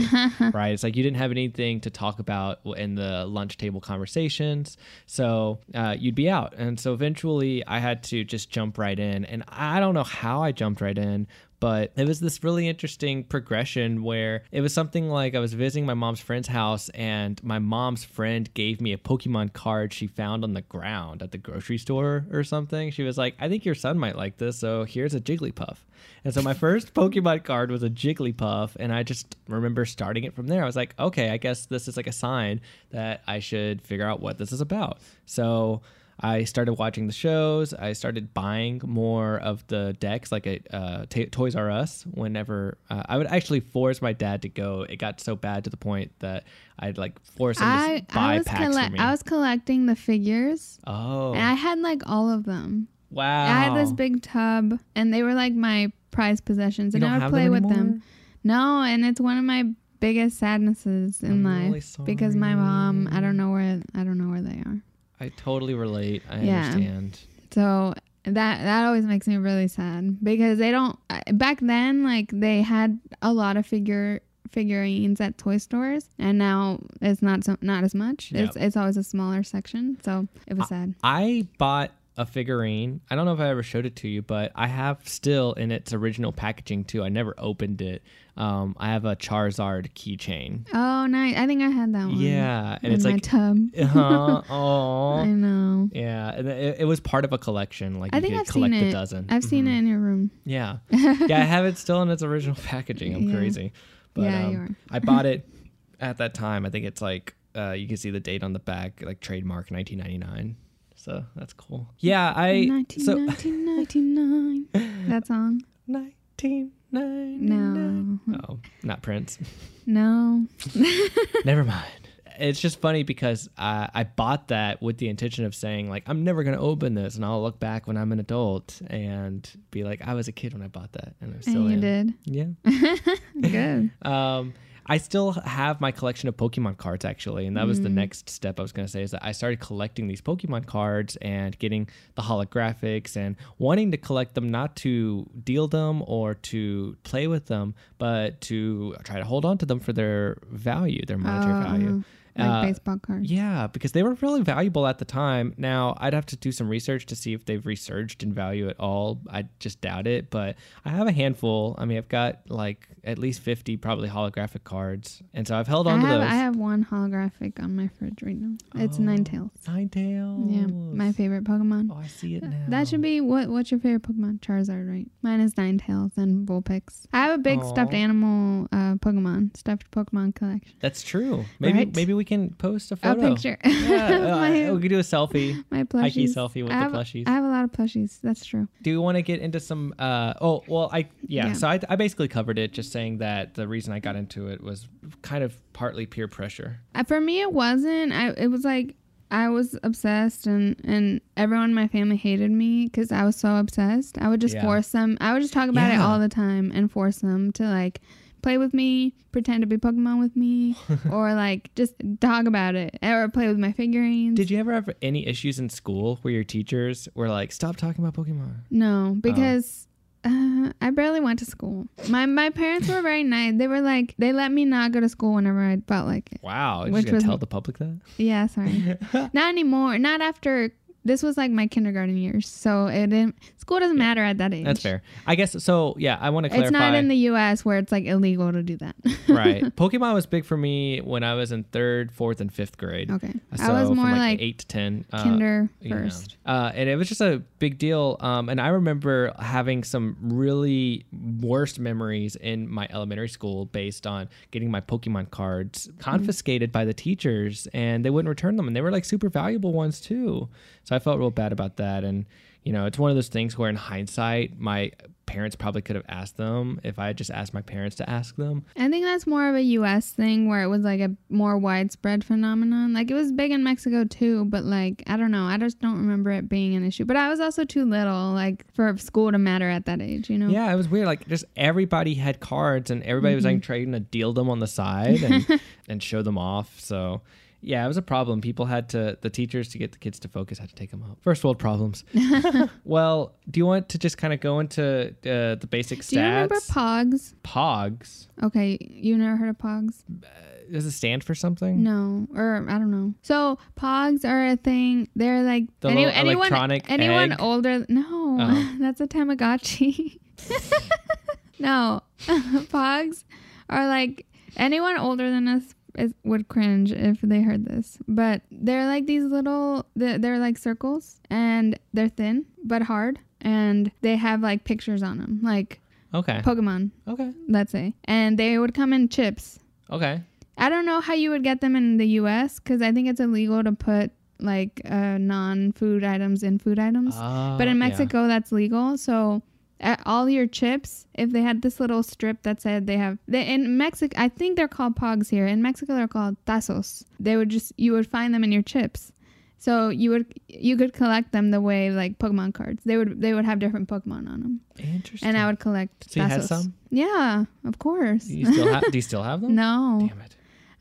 [SPEAKER 2] right it's like you didn't have anything to talk about in the lunch table conversations so uh, you'd be out and so eventually i had to just jump right in and i don't know how i jumped right in but it was this really interesting progression where it was something like I was visiting my mom's friend's house, and my mom's friend gave me a Pokemon card she found on the ground at the grocery store or something. She was like, I think your son might like this, so here's a Jigglypuff. And so my first Pokemon card was a Jigglypuff, and I just remember starting it from there. I was like, okay, I guess this is like a sign that I should figure out what this is about. So I started watching the shows. I started buying more of the decks, like at uh, t- Toys R Us. Whenever uh, I would actually force my dad to go, it got so bad to the point that I'd like force him
[SPEAKER 3] I,
[SPEAKER 2] to buy
[SPEAKER 3] I was
[SPEAKER 2] packs for
[SPEAKER 3] collect
[SPEAKER 2] me.
[SPEAKER 3] I was collecting the figures,
[SPEAKER 2] oh
[SPEAKER 3] and I had like all of them.
[SPEAKER 2] wow!
[SPEAKER 3] I had this big tub, and they were like my prized possessions,
[SPEAKER 2] You don't
[SPEAKER 3] and I
[SPEAKER 2] have
[SPEAKER 3] would
[SPEAKER 2] them
[SPEAKER 3] play with
[SPEAKER 2] anymore?
[SPEAKER 3] them. No, and it's one of my biggest sadnesses in
[SPEAKER 2] I'm really
[SPEAKER 3] life because my mom, I don't know where I don't know where they are.
[SPEAKER 2] I totally relate. I
[SPEAKER 3] Yeah.
[SPEAKER 2] understand.
[SPEAKER 3] So that that always makes me really sad because they don't I- back then like they had a lot of figure figurines at toy stores and now it's not so not as much.
[SPEAKER 2] Yep.
[SPEAKER 3] It's it's always a smaller section. So it was sad.
[SPEAKER 2] I bought a figurine. I don't know if I ever showed it to you, but I have still in its original packaging too. I never opened it. Um, I have a Charizard keychain.
[SPEAKER 3] Oh, nice. I think I had that one.
[SPEAKER 2] Yeah, and
[SPEAKER 3] in
[SPEAKER 2] it's
[SPEAKER 3] my
[SPEAKER 2] like
[SPEAKER 3] tub.
[SPEAKER 2] [LAUGHS] uh-huh.
[SPEAKER 3] [LAUGHS] I
[SPEAKER 2] Aw.
[SPEAKER 3] know.
[SPEAKER 2] Yeah, and it, it was part of a collection. Like
[SPEAKER 3] I
[SPEAKER 2] you
[SPEAKER 3] think
[SPEAKER 2] could
[SPEAKER 3] I've
[SPEAKER 2] collect
[SPEAKER 3] seen
[SPEAKER 2] a
[SPEAKER 3] it.
[SPEAKER 2] dozen. Mm-hmm.
[SPEAKER 3] I've seen it in your room. [LAUGHS]
[SPEAKER 2] Yeah, yeah, I have it still in its original packaging. I'm
[SPEAKER 3] Yeah.
[SPEAKER 2] crazy, but
[SPEAKER 3] Yeah,
[SPEAKER 2] um,
[SPEAKER 3] you are.
[SPEAKER 2] I bought it
[SPEAKER 3] [LAUGHS]
[SPEAKER 2] at that time. I think it's like uh, you can see the date on the back, like trademark 1999. So that's cool. Yeah, I so [LAUGHS]
[SPEAKER 3] 1999. that song?
[SPEAKER 2] 1999. [LAUGHS]
[SPEAKER 3] No.
[SPEAKER 2] Oh, not Prince.
[SPEAKER 3] No.
[SPEAKER 2] [LAUGHS] never mind. It's just funny because I, I bought that with the intention of saying like I'm never gonna open this, and I'll look back when I'm an adult and be like I was a kid when I bought that, and I still
[SPEAKER 3] and you
[SPEAKER 2] am. [LAUGHS]
[SPEAKER 3] did.
[SPEAKER 2] Yeah.
[SPEAKER 3] Good.
[SPEAKER 2] Um, I still have my collection of Pokemon cards actually, and that was the next step I was gonna say is that I started collecting these Pokemon cards and getting the holographics and wanting to collect them not to deal them or to play with them, but to try to hold on to them for their value, their monetary
[SPEAKER 3] Oh,
[SPEAKER 2] value.
[SPEAKER 3] Like
[SPEAKER 2] Uh,
[SPEAKER 3] baseball cards.
[SPEAKER 2] yeah, because they were really valuable at the time. Now, I'd have to do some research to see if they've resurged in value at all. I just doubt it, but I have a handful. I mean, I've got like at least 50 probably holographic cards. And so I've held
[SPEAKER 3] I
[SPEAKER 2] on to
[SPEAKER 3] have
[SPEAKER 2] those.
[SPEAKER 3] I have one holographic on my fridge right now. It's Nine Ninetales.
[SPEAKER 2] Nine tails.
[SPEAKER 3] Yeah, my favorite Pokemon.
[SPEAKER 2] Oh, I see it now.
[SPEAKER 3] [LAUGHS] That should be what? What's your favorite Pokemon? Charizard, right? Mine is Ninetales and Vulpix. I have a big stuffed
[SPEAKER 2] Aw.
[SPEAKER 3] animal uh, Pokemon, stuffed Pokemon collection.
[SPEAKER 2] That's true. Maybe
[SPEAKER 3] Right?
[SPEAKER 2] maybe we can post a
[SPEAKER 3] A
[SPEAKER 2] photo.
[SPEAKER 3] picture.
[SPEAKER 2] [LAUGHS]
[SPEAKER 3] [LAUGHS]
[SPEAKER 2] Yeah,
[SPEAKER 3] my,
[SPEAKER 2] uh, we could do a selfie.
[SPEAKER 3] my
[SPEAKER 2] Hikey
[SPEAKER 3] plushies.
[SPEAKER 2] selfie with
[SPEAKER 3] I have,
[SPEAKER 2] the plushies.
[SPEAKER 3] I have a lot of plushies. That's true.
[SPEAKER 2] do you want to get into some uh oh well i yeah,
[SPEAKER 3] Yeah.
[SPEAKER 2] so I, I basically covered it just saying that the reason i got into it was kind of partly peer pressure
[SPEAKER 3] Uh, For me, it wasn't. I it was like I was obsessed, and and everyone in my family hated me because I was so obsessed. I would just
[SPEAKER 2] Yeah.
[SPEAKER 3] force them. I would just talk about it
[SPEAKER 2] Yeah.
[SPEAKER 3] all the time and force them to like play with me, pretend to be Pokemon with me,
[SPEAKER 2] [LAUGHS]
[SPEAKER 3] or like just talk about it or play with my figurines.
[SPEAKER 2] did you ever have any issues in school where your teachers were like stop talking about pokemon
[SPEAKER 3] no, because uh, I barely went to school. My my parents were very nice. They were like they let me not go to school whenever I felt like it.
[SPEAKER 2] Wow, you
[SPEAKER 3] Which
[SPEAKER 2] just gonna
[SPEAKER 3] was-
[SPEAKER 2] tell the public that?
[SPEAKER 3] Yeah, sorry.
[SPEAKER 2] [LAUGHS]
[SPEAKER 3] not anymore. Not after this was like my kindergarten years. So it didn't school doesn't matter at that age.
[SPEAKER 2] That's fair. I guess so. Yeah, I want to clarify.
[SPEAKER 3] It's not in the US where it's like illegal to do that.
[SPEAKER 2] [LAUGHS]
[SPEAKER 3] [LAUGHS]
[SPEAKER 2] right. Pokemon was big for me when I was in third, fourth, and fifth grade.
[SPEAKER 3] okay.
[SPEAKER 2] So
[SPEAKER 3] I was
[SPEAKER 2] from,
[SPEAKER 3] more like,
[SPEAKER 2] eight to ten. uh,
[SPEAKER 3] kinder
[SPEAKER 2] you know.
[SPEAKER 3] first.
[SPEAKER 2] Uh, and it was just a big deal. Um, and I remember having some really worst memories in my elementary school based on getting my Pokemon cards confiscated by the teachers and they wouldn't return them. And they were like super valuable ones too. So I felt real bad about that. And, you know, it's one of those things where in hindsight, my parents probably could have asked them if I had just asked my parents to ask them.
[SPEAKER 3] I think that's more of a US thing where it was like a more widespread phenomenon. Like it was big in Mexico too, but like I don't know. I just don't remember it being an issue. But I was also too little like for school to matter at that age, you know.
[SPEAKER 2] Yeah, it was weird. Like just everybody had cards and everybody was
[SPEAKER 3] Mm-hmm.
[SPEAKER 2] like trading to deal them on the side
[SPEAKER 3] [LAUGHS]
[SPEAKER 2] and, and show them off. So yeah, it was a problem. People had to the teachers to get the kids to focus had to take them out. First world
[SPEAKER 3] [LAUGHS]
[SPEAKER 2] problems. well, do you want to just kind of go into uh, the basic stats?
[SPEAKER 3] Do you remember Pogs?
[SPEAKER 2] Pogs?
[SPEAKER 3] Okay, you never heard of Pogs?
[SPEAKER 2] Does it stand for something?
[SPEAKER 3] No, or I don't know. So Pogs are a thing. They're like
[SPEAKER 2] The
[SPEAKER 3] any-
[SPEAKER 2] little
[SPEAKER 3] anyone
[SPEAKER 2] electronic
[SPEAKER 3] anyone
[SPEAKER 2] egg?
[SPEAKER 3] older. No,
[SPEAKER 2] Oh.
[SPEAKER 3] [LAUGHS] that's a Tamagotchi. [LAUGHS] no, [LAUGHS] Pogs are like anyone older than us is, would cringe if they heard this. But they're like these little. They're, they're like circles, and they're thin but hard, and they have like pictures on them, like
[SPEAKER 2] Okay.
[SPEAKER 3] Pokemon,
[SPEAKER 2] okay.
[SPEAKER 3] let's say. And they would come in chips.
[SPEAKER 2] Okay.
[SPEAKER 3] I don't know how you would get them in the U.S. because I think it's illegal to put like uh, non-food items in food items.
[SPEAKER 2] Uh,
[SPEAKER 3] but in
[SPEAKER 2] yeah.
[SPEAKER 3] Mexico, that's legal. So uh, all your chips, if they had this little strip that said they have they, in Mexico, I think they're called pogs here. In Mexico, they're called tazos. They would just you would find them in your chips. So you would you could collect them the way like Pokemon cards. They would they would have different Pokemon on them,
[SPEAKER 2] Interesting.
[SPEAKER 3] and I would collect.
[SPEAKER 2] So you had
[SPEAKER 3] tazos.
[SPEAKER 2] some?
[SPEAKER 3] Yeah, of course.
[SPEAKER 2] do you still have do you still
[SPEAKER 3] [LAUGHS]
[SPEAKER 2] have them?
[SPEAKER 3] no.
[SPEAKER 2] Damn it.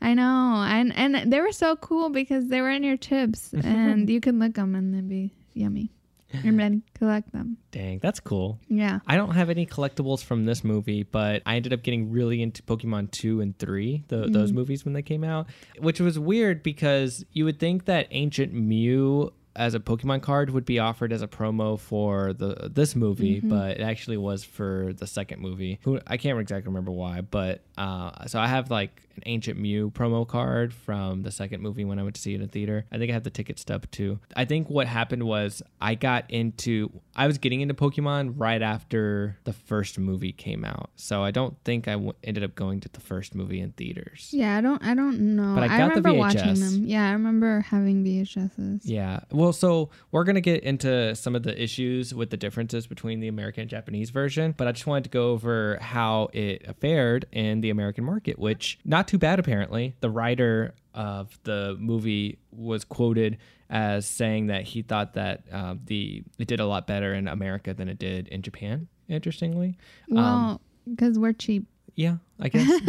[SPEAKER 3] I know, and and they were so cool because they were in your chips,
[SPEAKER 2] Mm-hmm.
[SPEAKER 3] and you could lick them and they'd be yummy, and then collect them.
[SPEAKER 2] Dang, that's cool.
[SPEAKER 3] Yeah.
[SPEAKER 2] I don't have any collectibles from this movie, but I ended up getting really into Pokemon 2 and 3, tho- those movies when they came out, which was weird because you would think that Ancient Mew as a Pokemon card would be offered as a promo for the this movie, but it actually was for the second movie. Who I can't exactly remember why, but uh, so I have like an Ancient Mew promo card from the second movie when I went to see it in theater. I think I have the ticket stub too. I think what happened was I got into I was getting into Pokemon right after the first movie came out, so I don't think I w- ended up going to the first movie in theaters.
[SPEAKER 3] Yeah, I don't, I don't know.
[SPEAKER 2] But I
[SPEAKER 3] I,
[SPEAKER 2] got the
[SPEAKER 3] remember watching
[SPEAKER 2] VHS.
[SPEAKER 3] them. Yeah, I remember having VHSs.
[SPEAKER 2] Yeah. Well, so we're going to get into some of the issues with the differences between the American and Japanese version, but I just wanted to go over how it fared in the American market, which not too bad apparently. The writer of the movie was quoted as saying that he thought that uh, the it did a lot better in America than it did in Japan. Interestingly,
[SPEAKER 3] Well, because
[SPEAKER 2] [LAUGHS]
[SPEAKER 3] we're cheap,
[SPEAKER 2] yeah, I
[SPEAKER 3] [LAUGHS]
[SPEAKER 2] guess.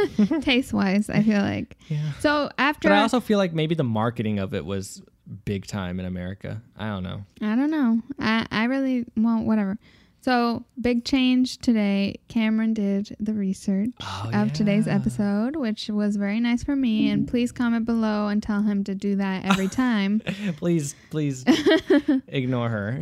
[SPEAKER 3] taste wise, I feel like. [LAUGHS]
[SPEAKER 2] Yeah.
[SPEAKER 3] So after,
[SPEAKER 2] but I
[SPEAKER 3] I,
[SPEAKER 2] also feel like maybe the marketing of it was big time in America. I don't know.
[SPEAKER 3] don't know. I, I really, well, whatever. So big change today. Cameron did the research.
[SPEAKER 2] Oh,
[SPEAKER 3] of today's
[SPEAKER 2] yeah.
[SPEAKER 3] episode, which was very nice for me. And please comment below and tell him to do
[SPEAKER 2] [LAUGHS]
[SPEAKER 3] that every time
[SPEAKER 2] please
[SPEAKER 3] [LAUGHS]
[SPEAKER 2] please ignore her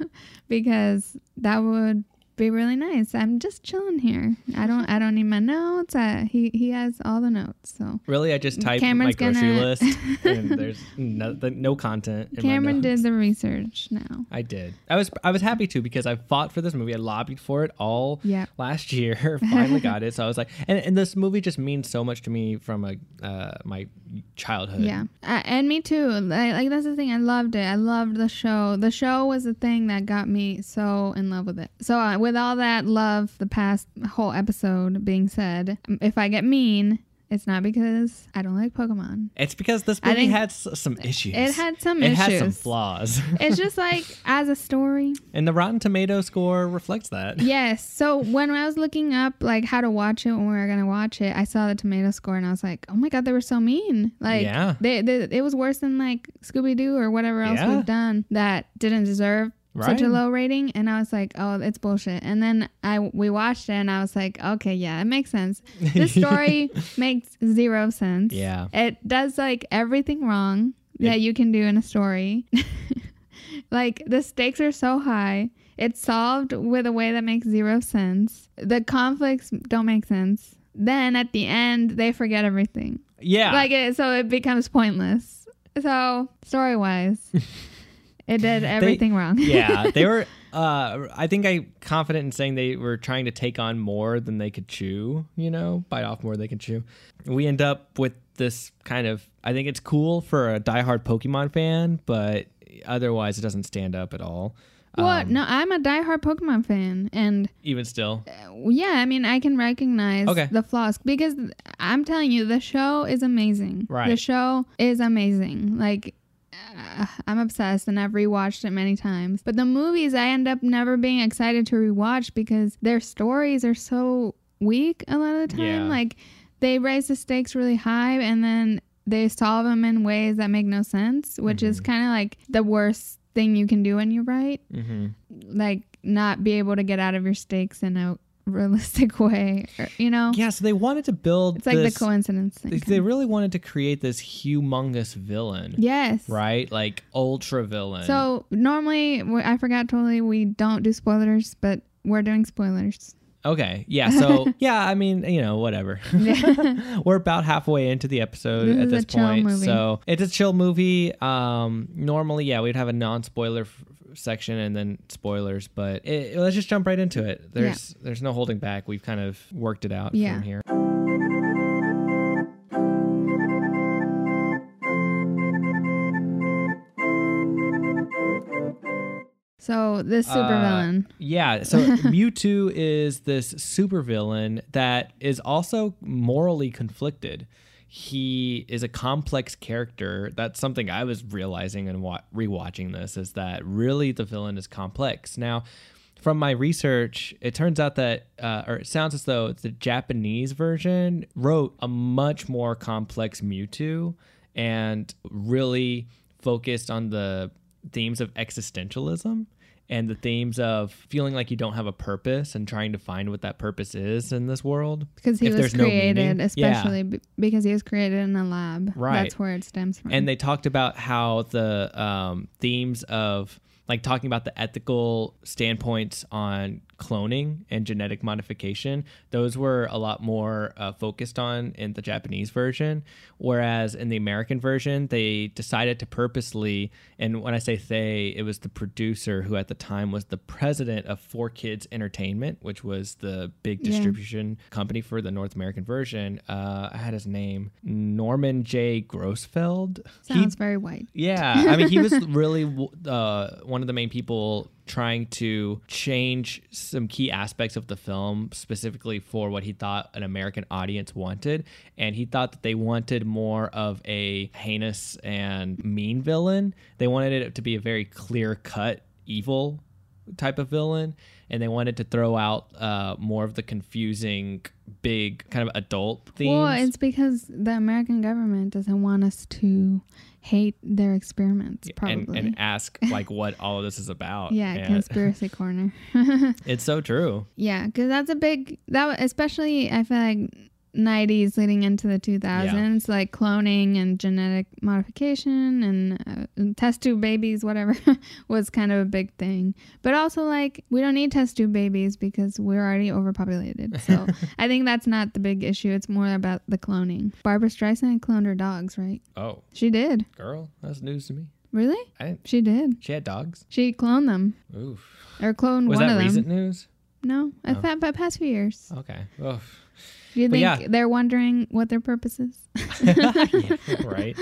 [SPEAKER 2] [LAUGHS]
[SPEAKER 3] because that would be really nice. I'm just chilling here. I don't I don't need my notes. I, he he has all the notes. So
[SPEAKER 2] really i just typed
[SPEAKER 3] Cameron's
[SPEAKER 2] my grocery
[SPEAKER 3] gonna- [LAUGHS]
[SPEAKER 2] list and there's no, the, no content in my
[SPEAKER 3] Cameron
[SPEAKER 2] notes.
[SPEAKER 3] did the research now.
[SPEAKER 2] i did i was i was happy to because i fought for this movie i lobbied for it all
[SPEAKER 3] Yeah.
[SPEAKER 2] last
[SPEAKER 3] [LAUGHS]
[SPEAKER 2] year [LAUGHS] finally got it so i was like and, and this movie just means so much to me from a uh, my childhood
[SPEAKER 3] Yeah, uh, and me too. Like, like that's the thing. I loved it. I loved the show. The show was the thing that got me so in love with it. So uh, with all that love, the past whole episode being said, m- if I get mean, it's not because I don't like Pokemon.
[SPEAKER 2] it's because this
[SPEAKER 3] I
[SPEAKER 2] movie
[SPEAKER 3] think
[SPEAKER 2] had s- some issues
[SPEAKER 3] It had some
[SPEAKER 2] it
[SPEAKER 3] issues.
[SPEAKER 2] has some flaws [LAUGHS]
[SPEAKER 3] it's just like as a story.
[SPEAKER 2] and the rotten tomato score reflects that [LAUGHS]
[SPEAKER 3] Yes. So when I was looking up like how to watch it when we were gonna watch it, I saw the tomato score and I was like, oh my god, they were so mean. Like,
[SPEAKER 2] Yeah.
[SPEAKER 3] they, they it was worse than like Scooby Doo or whatever else
[SPEAKER 2] Yeah.
[SPEAKER 3] we've done that didn't deserve
[SPEAKER 2] Right?
[SPEAKER 3] such a low rating and i was like oh it's bullshit and then i we watched it and i was like okay yeah it makes sense
[SPEAKER 2] [LAUGHS]
[SPEAKER 3] this story makes zero sense
[SPEAKER 2] Yeah.
[SPEAKER 3] it does like everything wrong that you can do in a story [LAUGHS] like the stakes are so high it's solved with a way that makes zero sense the conflicts don't make sense then at the end they forget everything
[SPEAKER 2] Yeah.
[SPEAKER 3] like it, so it becomes pointless so
[SPEAKER 2] [LAUGHS]
[SPEAKER 3] story wise it did everything wrong
[SPEAKER 2] yeah, they were. Uh, I think I'm confident in saying they were trying to take on more than they could chew. You know, bite off more than they can chew. We end up with this kind of. I think it's cool for a diehard Pokemon fan, but otherwise, it doesn't stand up at all.
[SPEAKER 3] [LAUGHS] What?
[SPEAKER 2] um,
[SPEAKER 3] no, I'm a diehard Pokemon fan, and
[SPEAKER 2] Even still,
[SPEAKER 3] uh, yeah, I mean, I can recognize
[SPEAKER 2] Okay.
[SPEAKER 3] the flaws because I'm telling you, the show is amazing.
[SPEAKER 2] Right.
[SPEAKER 3] The show is amazing. Like, uh, I'm obsessed, and I've rewatched it many times. But the movies, I end up never being excited to rewatch because their stories are so weak a lot of the time.
[SPEAKER 2] Yeah.
[SPEAKER 3] Like, they raise the stakes really high, and then they solve them in ways that make no sense, which is
[SPEAKER 2] Mm-hmm.
[SPEAKER 3] kind of like the worst thing you can do when you write
[SPEAKER 2] hmm
[SPEAKER 3] like not be able to get out of your stakes in a realistic [LAUGHS] way or, you know
[SPEAKER 2] yeah. So they wanted to build.
[SPEAKER 3] it's like
[SPEAKER 2] this-
[SPEAKER 3] the coincidence thing
[SPEAKER 2] they-
[SPEAKER 3] kind
[SPEAKER 2] They
[SPEAKER 3] of.
[SPEAKER 2] really wanted to create this humongous villain,
[SPEAKER 3] yes
[SPEAKER 2] right? Like ultra villain.
[SPEAKER 3] so normally w- i forgot totally we don't do spoilers but we're doing spoilers
[SPEAKER 2] Okay. Yeah.
[SPEAKER 3] [LAUGHS]
[SPEAKER 2] So yeah, I mean, you know, whatever. [LAUGHS] We're about halfway into the episode
[SPEAKER 3] This
[SPEAKER 2] at
[SPEAKER 3] is a
[SPEAKER 2] this
[SPEAKER 3] chill
[SPEAKER 2] point,
[SPEAKER 3] movie.
[SPEAKER 2] so it's a chill movie. Um, normally, yeah, we'd have a non-spoiler f- section and then spoilers, but it, let's just jump right into it. There's there's no holding back. We've kind of worked it out
[SPEAKER 3] Yeah.
[SPEAKER 2] from here.
[SPEAKER 3] so
[SPEAKER 2] Uh,
[SPEAKER 3] this supervillain
[SPEAKER 2] Yeah, so Mewtwo is this supervillain that is also morally conflicted. He is a complex character. That's something I was realizing and wa- rewatching this is that really the villain is complex. Now, from my research, it turns out that, uh, or it sounds as though the Japanese version wrote a much more complex Mewtwo and really focused on the themes of existentialism and the themes of feeling like you don't have a purpose and trying to find what that purpose is in this world.
[SPEAKER 3] because he
[SPEAKER 2] if
[SPEAKER 3] was
[SPEAKER 2] there's no
[SPEAKER 3] created
[SPEAKER 2] meaning.
[SPEAKER 3] especially b- because he was created in a lab
[SPEAKER 2] Right.
[SPEAKER 3] that's where it stems from
[SPEAKER 2] And they talked about how the um, themes of like talking about the ethical standpoints on cloning and genetic modification, those were a lot more uh, focused on in the Japanese version. Whereas in the American version, they decided to purposely, and when I say they, it was the producer who at the time was the president of Four Kids Entertainment, which was the big
[SPEAKER 3] Yeah.
[SPEAKER 2] distributor. distribution company for the North American version. Uh, I had his name, Norman J. Grossfeld. He-
[SPEAKER 3] sounds very white
[SPEAKER 2] yeah, I mean, he
[SPEAKER 3] [LAUGHS]
[SPEAKER 2] was really w- uh, one of the main people trying to change some key aspects of the film specifically for what he thought an American audience wanted. And he thought that they wanted more of a heinous and mean villain, they wanted it to be a very clear cut evil type of villain and they wanted to throw out uh, more of the confusing big kind of adult themes
[SPEAKER 3] well it's because the american government doesn't want us to hate their experiments probably
[SPEAKER 2] and, and ask like what all of this is about
[SPEAKER 3] [LAUGHS] yeah
[SPEAKER 2] And- [LAUGHS]
[SPEAKER 3] conspiracy corner [LAUGHS]
[SPEAKER 2] It's so true.
[SPEAKER 3] Yeah, because that's a big that wa- especially I feel like '90s leading into the 2000s, like cloning and genetic modification and, uh, and test tube babies, whatever, [LAUGHS] was kind of a big thing. But also like we don't need test tube babies because we're already overpopulated.
[SPEAKER 2] [LAUGHS]
[SPEAKER 3] So I think that's not the big issue. It's more about the cloning. Barbara Streisand cloned her dogs, right?
[SPEAKER 2] Oh,
[SPEAKER 3] She did.
[SPEAKER 2] girl, that's news to me.
[SPEAKER 3] Really?
[SPEAKER 2] I didn't.
[SPEAKER 3] She did.
[SPEAKER 2] She had dogs.
[SPEAKER 3] She cloned them
[SPEAKER 2] Oof.
[SPEAKER 3] or cloned
[SPEAKER 2] Was
[SPEAKER 3] one
[SPEAKER 2] that
[SPEAKER 3] of
[SPEAKER 2] recent Oh.
[SPEAKER 3] them.
[SPEAKER 2] news?
[SPEAKER 3] No, I thought about past few years.
[SPEAKER 2] Okay.
[SPEAKER 3] [LAUGHS]
[SPEAKER 2] Oof.
[SPEAKER 3] Do you
[SPEAKER 2] But
[SPEAKER 3] think
[SPEAKER 2] yeah.
[SPEAKER 3] they're wondering what their purpose is?
[SPEAKER 2] Yeah, [LAUGHS] right.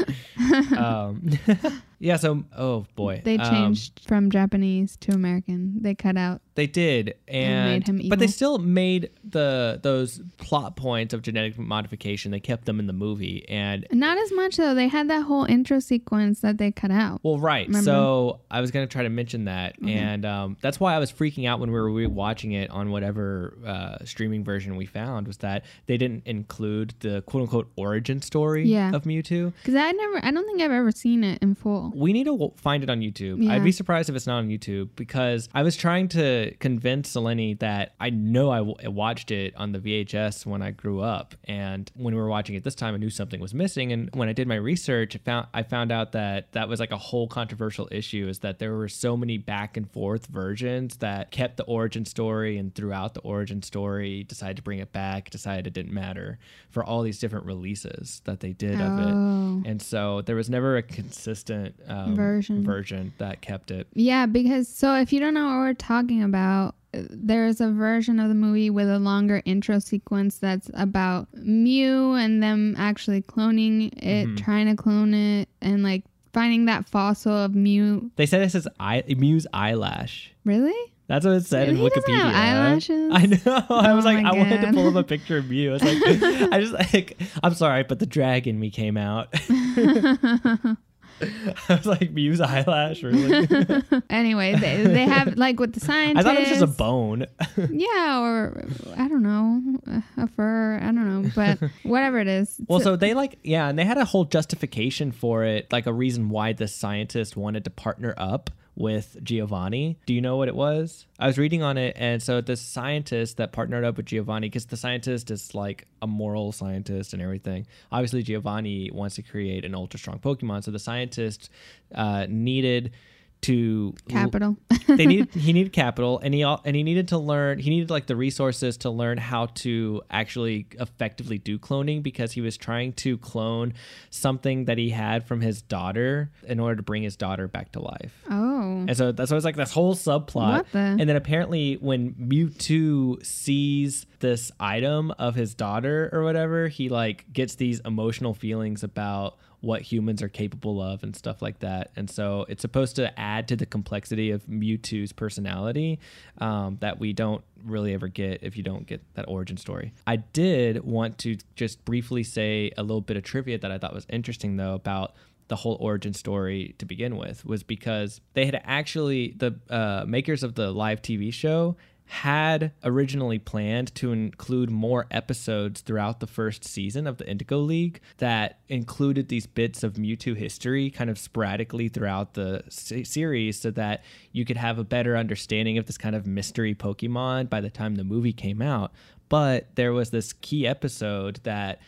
[SPEAKER 2] Um, [LAUGHS] yeah. So, oh boy,
[SPEAKER 3] They
[SPEAKER 2] Um,
[SPEAKER 3] changed from Japanese to American. They cut out.
[SPEAKER 2] they did, and
[SPEAKER 3] made him
[SPEAKER 2] but they
[SPEAKER 3] evil.
[SPEAKER 2] still made the those plot points of genetic modification. They kept them in the movie, and
[SPEAKER 3] Not as much though. They had that whole intro sequence that they cut out.
[SPEAKER 2] Well, right.
[SPEAKER 3] Remember? Mm-hmm.
[SPEAKER 2] So I was gonna try to mention that, and um, that's why I was freaking out when we were rewatching it on whatever uh, streaming version we found. Was that they didn't include the quote unquote origin origin story
[SPEAKER 3] Yeah.
[SPEAKER 2] of Mewtwo.
[SPEAKER 3] Because I never, I don't think I've ever seen it in full.
[SPEAKER 2] We need to w- find it on YouTube.
[SPEAKER 3] Yeah.
[SPEAKER 2] I'd be surprised if it's not on YouTube because I was trying to convince Eleni that I know I w- watched it on the VHS when I grew up, and when we were watching it this time, I knew something was missing. And when I did my research, I found I found out that that was like a whole controversial issue is that there were so many back and forth versions that kept the origin story and throughout the origin story decided to bring it back, decided it didn't matter for all these different releases that they did of it
[SPEAKER 3] Oh.
[SPEAKER 2] and so there was never a consistent um,
[SPEAKER 3] Version.
[SPEAKER 2] version that kept it.
[SPEAKER 3] Yeah, because so if you don't know what we're talking about, uh, there's a version of the movie with a longer intro sequence that's about Mew and them actually cloning it,
[SPEAKER 2] Mm-hmm.
[SPEAKER 3] trying to clone it, and like finding that fossil of Mew.
[SPEAKER 2] They said it says eye, Mew's eyelash.
[SPEAKER 3] Really?
[SPEAKER 2] That's what it said in
[SPEAKER 3] He doesn't
[SPEAKER 2] Wikipedia.
[SPEAKER 3] have eyelashes?
[SPEAKER 2] I know. [LAUGHS] I was
[SPEAKER 3] Oh
[SPEAKER 2] like,
[SPEAKER 3] my
[SPEAKER 2] I wanted to
[SPEAKER 3] God.
[SPEAKER 2] pull up a picture of Mew. I was like, [LAUGHS] I just like, I'm sorry, but the drag in me came
[SPEAKER 3] [LAUGHS]
[SPEAKER 2] out. [LAUGHS] I was like, Mew's eyelash, really?
[SPEAKER 3] anyway, they,
[SPEAKER 2] [LAUGHS]
[SPEAKER 3] they have like with the
[SPEAKER 2] I
[SPEAKER 3] scientists.
[SPEAKER 2] thought it was just a bone.
[SPEAKER 3] Yeah, or I don't know, a fur. I don't know,
[SPEAKER 2] [LAUGHS]
[SPEAKER 3] but whatever it is.
[SPEAKER 2] Well, so they like, yeah, and they had a whole justification for it, like a reason why this scientist wanted to partner up with Giovanni. Do you know what it was? I was reading on it, and so the scientist that partnered up with Giovanni, because the scientist is like a moral scientist and everything. Obviously, Giovanni wants to create an ultra strong Pokemon, so the scientist uh, needed to
[SPEAKER 3] capital. [LAUGHS]
[SPEAKER 2] they needed he needed capital and he al- and he needed to learn he needed like the resources to learn how to actually effectively do cloning because he was trying to clone something that he had from his daughter in order to bring his daughter back to life
[SPEAKER 3] oh.
[SPEAKER 2] and so that's why it's like this whole subplot.
[SPEAKER 3] What the-
[SPEAKER 2] And then apparently, when Mewtwo sees this item of his daughter or whatever, he like gets these emotional feelings about what humans are capable of and stuff like that. And so it's supposed to add to the complexity of Mewtwo's personality um, that we don't really ever get if you don't get that origin story. I did want to just briefly say a little bit of trivia that I thought was interesting though about the whole origin story to begin with was because they had actually the uh, makers of the live TV show had originally planned to include more episodes throughout the first season of the Indigo League that included these bits of Mewtwo history kind of sporadically throughout the se- series so that you could have a better understanding of this kind of mystery Pokemon by the time the movie came out. But there was this key episode that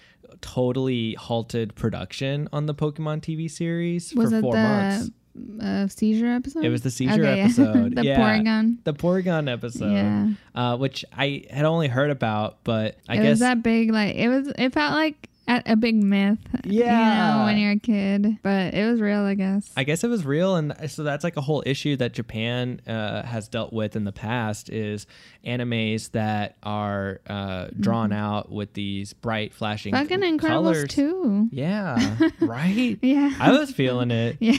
[SPEAKER 2] totally halted production on the Pokemon TV series
[SPEAKER 3] Was
[SPEAKER 2] for
[SPEAKER 3] it
[SPEAKER 2] four
[SPEAKER 3] the
[SPEAKER 2] months.
[SPEAKER 3] uh, seizure episode?
[SPEAKER 2] It was the seizure
[SPEAKER 3] Okay, [LAUGHS] yeah.
[SPEAKER 2] episode.
[SPEAKER 3] the
[SPEAKER 2] yeah.
[SPEAKER 3] Porygon.
[SPEAKER 2] The Porygon episode.
[SPEAKER 3] Yeah.
[SPEAKER 2] Uh, which I had only heard about, but I
[SPEAKER 3] it
[SPEAKER 2] guess
[SPEAKER 3] was that big, like it was. It felt like a, a big myth. you
[SPEAKER 2] Yeah.
[SPEAKER 3] know, when you're a kid, but it was real, I guess.
[SPEAKER 2] I guess it was real, and so that's like a whole issue that Japan uh, has dealt with in the past is animes that are uh, drawn out with these bright flashing
[SPEAKER 3] Fucking
[SPEAKER 2] c-
[SPEAKER 3] Mm-hmm. Incredibles
[SPEAKER 2] colors.
[SPEAKER 3] too. [LAUGHS]
[SPEAKER 2] Yeah, right.
[SPEAKER 3] Yeah.
[SPEAKER 2] I was feeling it.
[SPEAKER 3] [LAUGHS] yeah.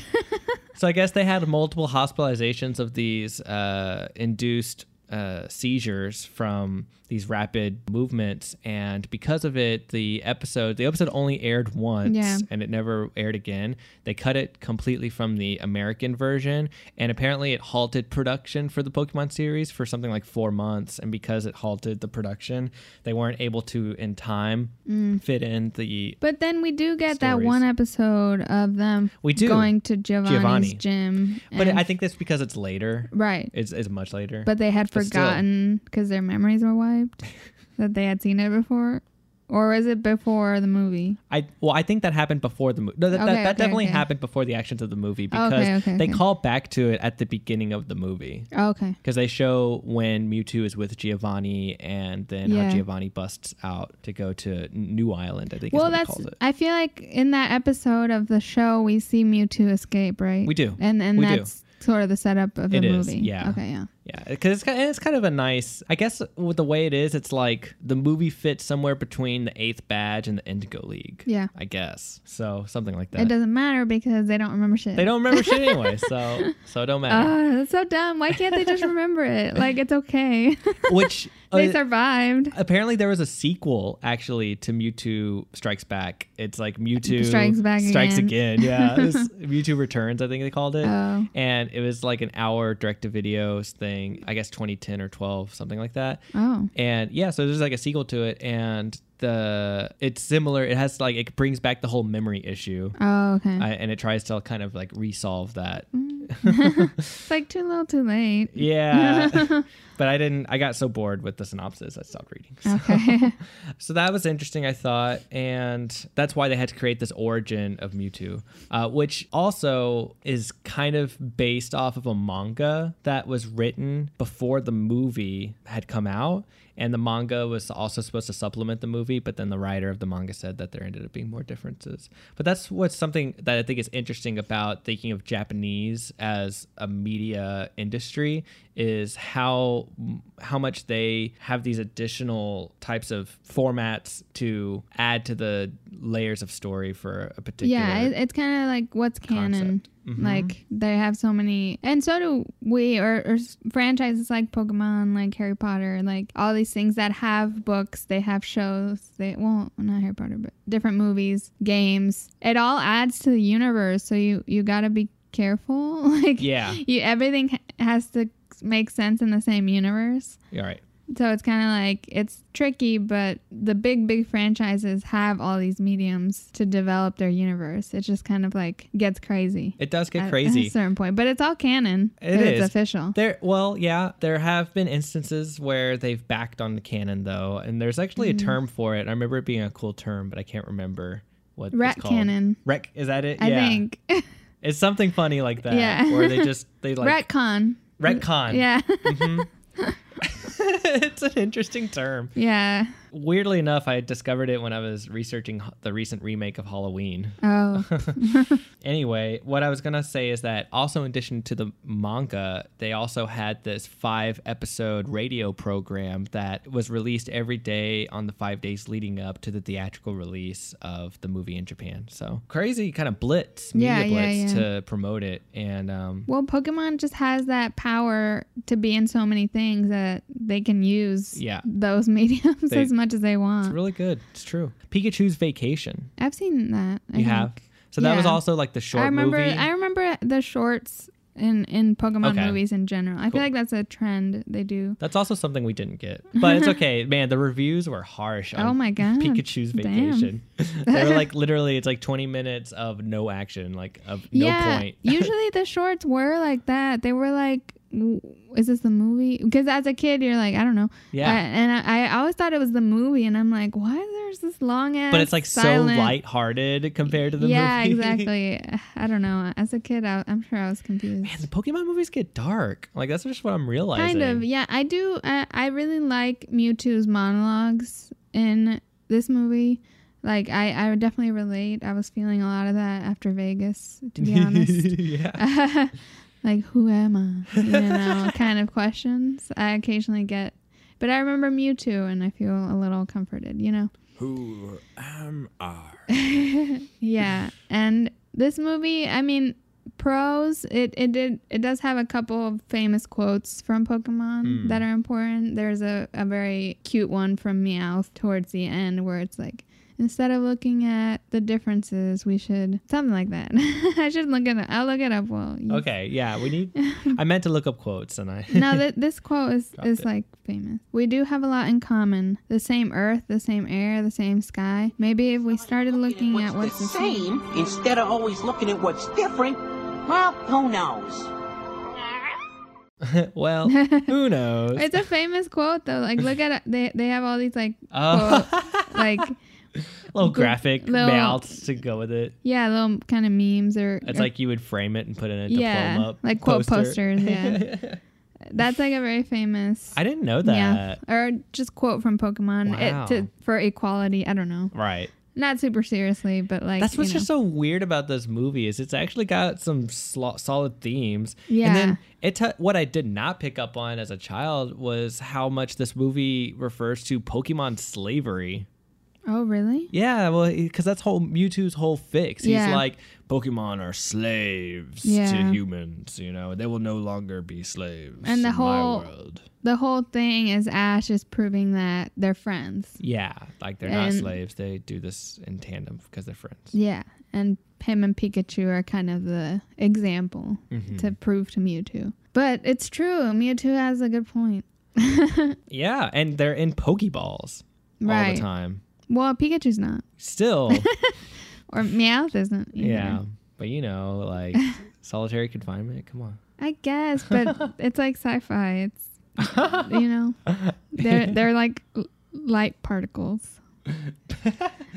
[SPEAKER 2] So I guess they had multiple hospitalizations of these uh, induced uh, seizures from these rapid movements, and because of it, the episode the episode only aired once,
[SPEAKER 3] Yeah.
[SPEAKER 2] and it never aired again. They cut it completely from the American version, and apparently it halted production for the Pokemon series for something like four months. And because it halted the production, they weren't able to in time
[SPEAKER 3] Mm.
[SPEAKER 2] fit in the
[SPEAKER 3] But then we do get that
[SPEAKER 2] Stories.
[SPEAKER 3] one episode of them
[SPEAKER 2] We do.
[SPEAKER 3] going to
[SPEAKER 2] Giovanni.
[SPEAKER 3] Giovanni's gym.
[SPEAKER 2] But
[SPEAKER 3] and-
[SPEAKER 2] I think that's because it's later.
[SPEAKER 3] right.
[SPEAKER 2] It's, it's much later.
[SPEAKER 3] But they had
[SPEAKER 2] But still.
[SPEAKER 3] forgotten because their memories
[SPEAKER 2] [LAUGHS]
[SPEAKER 3] were wiped that they had seen it before. Or was it before the movie?
[SPEAKER 2] I well, I think that happened before the movie. No, that, that,
[SPEAKER 3] Okay,
[SPEAKER 2] that
[SPEAKER 3] okay,
[SPEAKER 2] definitely
[SPEAKER 3] okay.
[SPEAKER 2] happened before the actions of the movie
[SPEAKER 3] Oh,
[SPEAKER 2] because
[SPEAKER 3] okay, okay,
[SPEAKER 2] they
[SPEAKER 3] okay.
[SPEAKER 2] call back to it at the beginning of the movie
[SPEAKER 3] Oh, okay.
[SPEAKER 2] because they show when Mewtwo is with Giovanni and then
[SPEAKER 3] Yeah.
[SPEAKER 2] how Giovanni busts out to go to New Island. I think
[SPEAKER 3] Well,
[SPEAKER 2] is what he
[SPEAKER 3] that's.
[SPEAKER 2] calls it.
[SPEAKER 3] I feel like in that episode of the show, we see Mewtwo escape, right?
[SPEAKER 2] We do.
[SPEAKER 3] And and
[SPEAKER 2] We do.
[SPEAKER 3] that's sort of the setup of the
[SPEAKER 2] It is,
[SPEAKER 3] movie.
[SPEAKER 2] yeah.
[SPEAKER 3] Okay. Yeah.
[SPEAKER 2] Yeah, because it's, ki- and it's kind of a nice. I guess with the way it is, it's like the movie fits somewhere between the Eighth Badge and the Indigo League.
[SPEAKER 3] Yeah.
[SPEAKER 2] I guess so. Something like
[SPEAKER 3] It
[SPEAKER 2] that.
[SPEAKER 3] doesn't matter because they don't remember shit.
[SPEAKER 2] They don't remember shit anyway, so
[SPEAKER 3] [LAUGHS]
[SPEAKER 2] so it don't matter.
[SPEAKER 3] Ah, that's so dumb. Why can't
[SPEAKER 2] [LAUGHS]
[SPEAKER 3] they just remember it? Like it's okay.
[SPEAKER 2] Which
[SPEAKER 3] [LAUGHS] they
[SPEAKER 2] uh,
[SPEAKER 3] survived.
[SPEAKER 2] Apparently, there was a sequel actually to Mewtwo Strikes Back. It's like Mewtwo
[SPEAKER 3] Strikes Back
[SPEAKER 2] strikes
[SPEAKER 3] again.
[SPEAKER 2] again.
[SPEAKER 3] [LAUGHS]
[SPEAKER 2] Yeah, it was Mewtwo Returns, I think they called it,
[SPEAKER 3] Oh.
[SPEAKER 2] and it was like an hour direct to videos thing. thing, I guess 2010 or 12, something like that.
[SPEAKER 3] Oh.
[SPEAKER 2] And yeah, so there's like a sequel to it, and the it's similar. It has like it brings back the whole memory issue,
[SPEAKER 3] Oh, okay.
[SPEAKER 2] I, and it tries to kind of like resolve that.
[SPEAKER 3] Mm-hmm. it's like too little, too late. [LAUGHS]
[SPEAKER 2] Yeah, [LAUGHS] but I didn't. I got so bored with the synopsis, I stopped reading. So,
[SPEAKER 3] Okay. [LAUGHS]
[SPEAKER 2] so that was interesting, I thought, and that's why they had to create this origin of Mewtwo, uh, which also is kind of based off of a manga that was written before the movie had come out. And the manga was also supposed to supplement the movie, but then the writer of the manga said that there ended up being more differences. But that's what's something that I think is interesting about thinking of Japanese as a media industry is how how much they have these additional types of formats to add to the layers of story for a particular.
[SPEAKER 3] yeah, it, it's kind of like what's canon.
[SPEAKER 2] Mm-hmm.
[SPEAKER 3] Like they have so many, and so do we, or, or s- franchises like Pokemon, like Harry Potter, like all these things that have books, they have shows, they well, not Harry Potter, but different movies, games. It all adds to the universe, so you you gotta be careful. [LAUGHS] Like
[SPEAKER 2] Yeah.
[SPEAKER 3] you everything ha- has to make sense in the same universe.
[SPEAKER 2] All right.
[SPEAKER 3] So it's kind of like it's tricky, but the big, big franchises have all these mediums to develop their universe. It just kind of like gets crazy.
[SPEAKER 2] It does
[SPEAKER 3] at-
[SPEAKER 2] get
[SPEAKER 3] At,
[SPEAKER 2] crazy.
[SPEAKER 3] [LAUGHS] a certain point, but it's all canon.
[SPEAKER 2] It
[SPEAKER 3] 'cause
[SPEAKER 2] is.
[SPEAKER 3] It's official.
[SPEAKER 2] There, well, yeah, there have been instances where they've backed on the canon though, and there's actually
[SPEAKER 3] Mm.
[SPEAKER 2] a term for it. I remember it being a cool term, but I can't remember what
[SPEAKER 3] Rat
[SPEAKER 2] it's called.
[SPEAKER 3] cannon.
[SPEAKER 2] Rec is that it?
[SPEAKER 3] I
[SPEAKER 2] yeah,
[SPEAKER 3] think. [LAUGHS]
[SPEAKER 2] it's something funny like that.
[SPEAKER 3] Yeah.
[SPEAKER 2] or they just they like
[SPEAKER 3] Retcon.
[SPEAKER 2] retcon.
[SPEAKER 3] Yeah.
[SPEAKER 2] [LAUGHS]
[SPEAKER 3] [LAUGHS]
[SPEAKER 2] it's an interesting term.
[SPEAKER 3] yeah.
[SPEAKER 2] Weirdly enough, I discovered it when I was researching h- the recent remake of Halloween. [LAUGHS]
[SPEAKER 3] Oh.
[SPEAKER 2] Anyway, what I was gonna say is that also in addition to the manga, they also had this five episode radio program that was released every day on the five days leading up to the theatrical release of the movie in Japan. So crazy kind of blitz, media
[SPEAKER 3] Yeah, yeah,
[SPEAKER 2] blitz
[SPEAKER 3] yeah.
[SPEAKER 2] to promote it. And um
[SPEAKER 3] Well, Pokemon just has that power to be in so many things that they can use
[SPEAKER 2] Yeah.
[SPEAKER 3] those [LAUGHS] mediums
[SPEAKER 2] They-
[SPEAKER 3] as much as they want.
[SPEAKER 2] it's really good. It's true. Pikachu's vacation.
[SPEAKER 3] I've seen that. I
[SPEAKER 2] You
[SPEAKER 3] think.
[SPEAKER 2] have. So that was
[SPEAKER 3] Yeah.
[SPEAKER 2] also like the short
[SPEAKER 3] I remember
[SPEAKER 2] movie.
[SPEAKER 3] I remember the shorts in in Pokemon
[SPEAKER 2] Okay.
[SPEAKER 3] movies in general. I
[SPEAKER 2] Cool.
[SPEAKER 3] feel like that's a trend they do.
[SPEAKER 2] That's also something we didn't
[SPEAKER 3] [LAUGHS]
[SPEAKER 2] get. But it's okay. Man, the reviews were harsh on
[SPEAKER 3] Oh my god.
[SPEAKER 2] Pikachu's
[SPEAKER 3] Damn.
[SPEAKER 2] vacation. [LAUGHS] they were
[SPEAKER 3] [LAUGHS]
[SPEAKER 2] like literally it's like 20 minutes of no action, like of no
[SPEAKER 3] yeah,
[SPEAKER 2] point. [LAUGHS]
[SPEAKER 3] usually the shorts were like that. They were like w- is this the movie? Because as a kid, you're like, I don't know.
[SPEAKER 2] Yeah.
[SPEAKER 3] I- and I, I always thought it was the movie, and I'm like, why there's this long ass?
[SPEAKER 2] but it's like
[SPEAKER 3] silent-
[SPEAKER 2] so lighthearted compared to the
[SPEAKER 3] yeah,
[SPEAKER 2] movie. [LAUGHS]
[SPEAKER 3] exactly. I don't know. As a kid, I, I'm sure I was confused.
[SPEAKER 2] Man, the Pokemon movies get dark. Like that's just what I'm realizing.
[SPEAKER 3] Kind of, yeah. I do. I, I really like Mewtwo's monologues in this movie. Like, I, I would definitely relate. I was feeling a lot of that after Vegas, to
[SPEAKER 2] [LAUGHS]
[SPEAKER 3] be honest. [LAUGHS]
[SPEAKER 2] yeah.
[SPEAKER 3] like, who am I? You know, [LAUGHS] kind of questions I occasionally get. But I remember Mewtwo and I feel a little comforted, you know?
[SPEAKER 1] Who am I?
[SPEAKER 3] Yeah. And this movie, I mean, pros, it, it did it does have a couple of famous quotes from Pokemon
[SPEAKER 2] Hmm.
[SPEAKER 3] that are important. There's a, a very cute one from Meowth towards the end where it's like instead of looking at the differences we should something like that. [LAUGHS] I should look it up. I'll look it up well. you-
[SPEAKER 2] Okay, yeah, we need I meant to look up quotes and I
[SPEAKER 3] [LAUGHS] no, th- this quote is,
[SPEAKER 2] Dropped
[SPEAKER 3] is
[SPEAKER 2] it.
[SPEAKER 3] like famous. We do have a lot in common. The same earth, the same air, the same sky. Maybe if we started looking at what's the same. [LAUGHS]
[SPEAKER 4] instead of always looking at what's different, well, who knows?
[SPEAKER 2] [LAUGHS]
[SPEAKER 3] [LAUGHS]
[SPEAKER 2] well, who knows?
[SPEAKER 3] It's a famous quote though. Like look at it. they they have all
[SPEAKER 2] [LAUGHS]
[SPEAKER 3] these like
[SPEAKER 2] Oh.
[SPEAKER 3] quote, like
[SPEAKER 2] [LAUGHS] little
[SPEAKER 3] good-
[SPEAKER 2] graphic
[SPEAKER 3] little-
[SPEAKER 2] mouths to go with it.
[SPEAKER 3] yeah, little kind of memes or
[SPEAKER 2] It's
[SPEAKER 3] or-
[SPEAKER 2] like you would frame it and put in a
[SPEAKER 3] Yeah,
[SPEAKER 2] diploma.
[SPEAKER 3] like quote posters, yeah. uh, that's like a very famous
[SPEAKER 2] [LAUGHS] I didn't know
[SPEAKER 3] yeah
[SPEAKER 2] that.
[SPEAKER 3] or just quote from Pokemon
[SPEAKER 2] Wow.
[SPEAKER 3] it, to for equality. I don't know,
[SPEAKER 2] Right.
[SPEAKER 3] not super seriously, but like
[SPEAKER 2] That's what's
[SPEAKER 3] you know.
[SPEAKER 2] just so weird about this movie is it's actually got some slo- solid themes.
[SPEAKER 3] Yeah.
[SPEAKER 2] And then it t- what I did not pick up on as a child was how much this movie refers to Pokemon slavery.
[SPEAKER 3] oh really
[SPEAKER 2] Yeah, well, because that's whole Mewtwo's whole fix. He's
[SPEAKER 3] Yeah.
[SPEAKER 2] like, Pokemon are slaves to
[SPEAKER 3] Yeah.
[SPEAKER 2] humans. You know, they will no longer be slaves.
[SPEAKER 3] And the
[SPEAKER 2] in my
[SPEAKER 3] whole-
[SPEAKER 2] world.
[SPEAKER 3] the whole thing is Ash is proving that they're friends.
[SPEAKER 2] Yeah, like they're not
[SPEAKER 3] And-
[SPEAKER 2] slaves. They do this in tandem because they're friends.
[SPEAKER 3] Yeah,
[SPEAKER 2] Mm-hmm.
[SPEAKER 3] and him and Pikachu are kind of the example to prove to Mewtwo. But it's true. Mewtwo has a good point.
[SPEAKER 2] Yeah, and they're in Pokeballs all
[SPEAKER 3] Right.
[SPEAKER 2] the time.
[SPEAKER 3] Well, Pikachu's not. [LAUGHS]
[SPEAKER 2] Still,
[SPEAKER 3] Or Meowth isn't. either.
[SPEAKER 2] yeah, [LAUGHS] but you know,
[SPEAKER 3] [LAUGHS]
[SPEAKER 2] like solitary confinement. Come on.
[SPEAKER 3] I guess, but it's like sci-fi. It's you know, they're they're like l- light particles.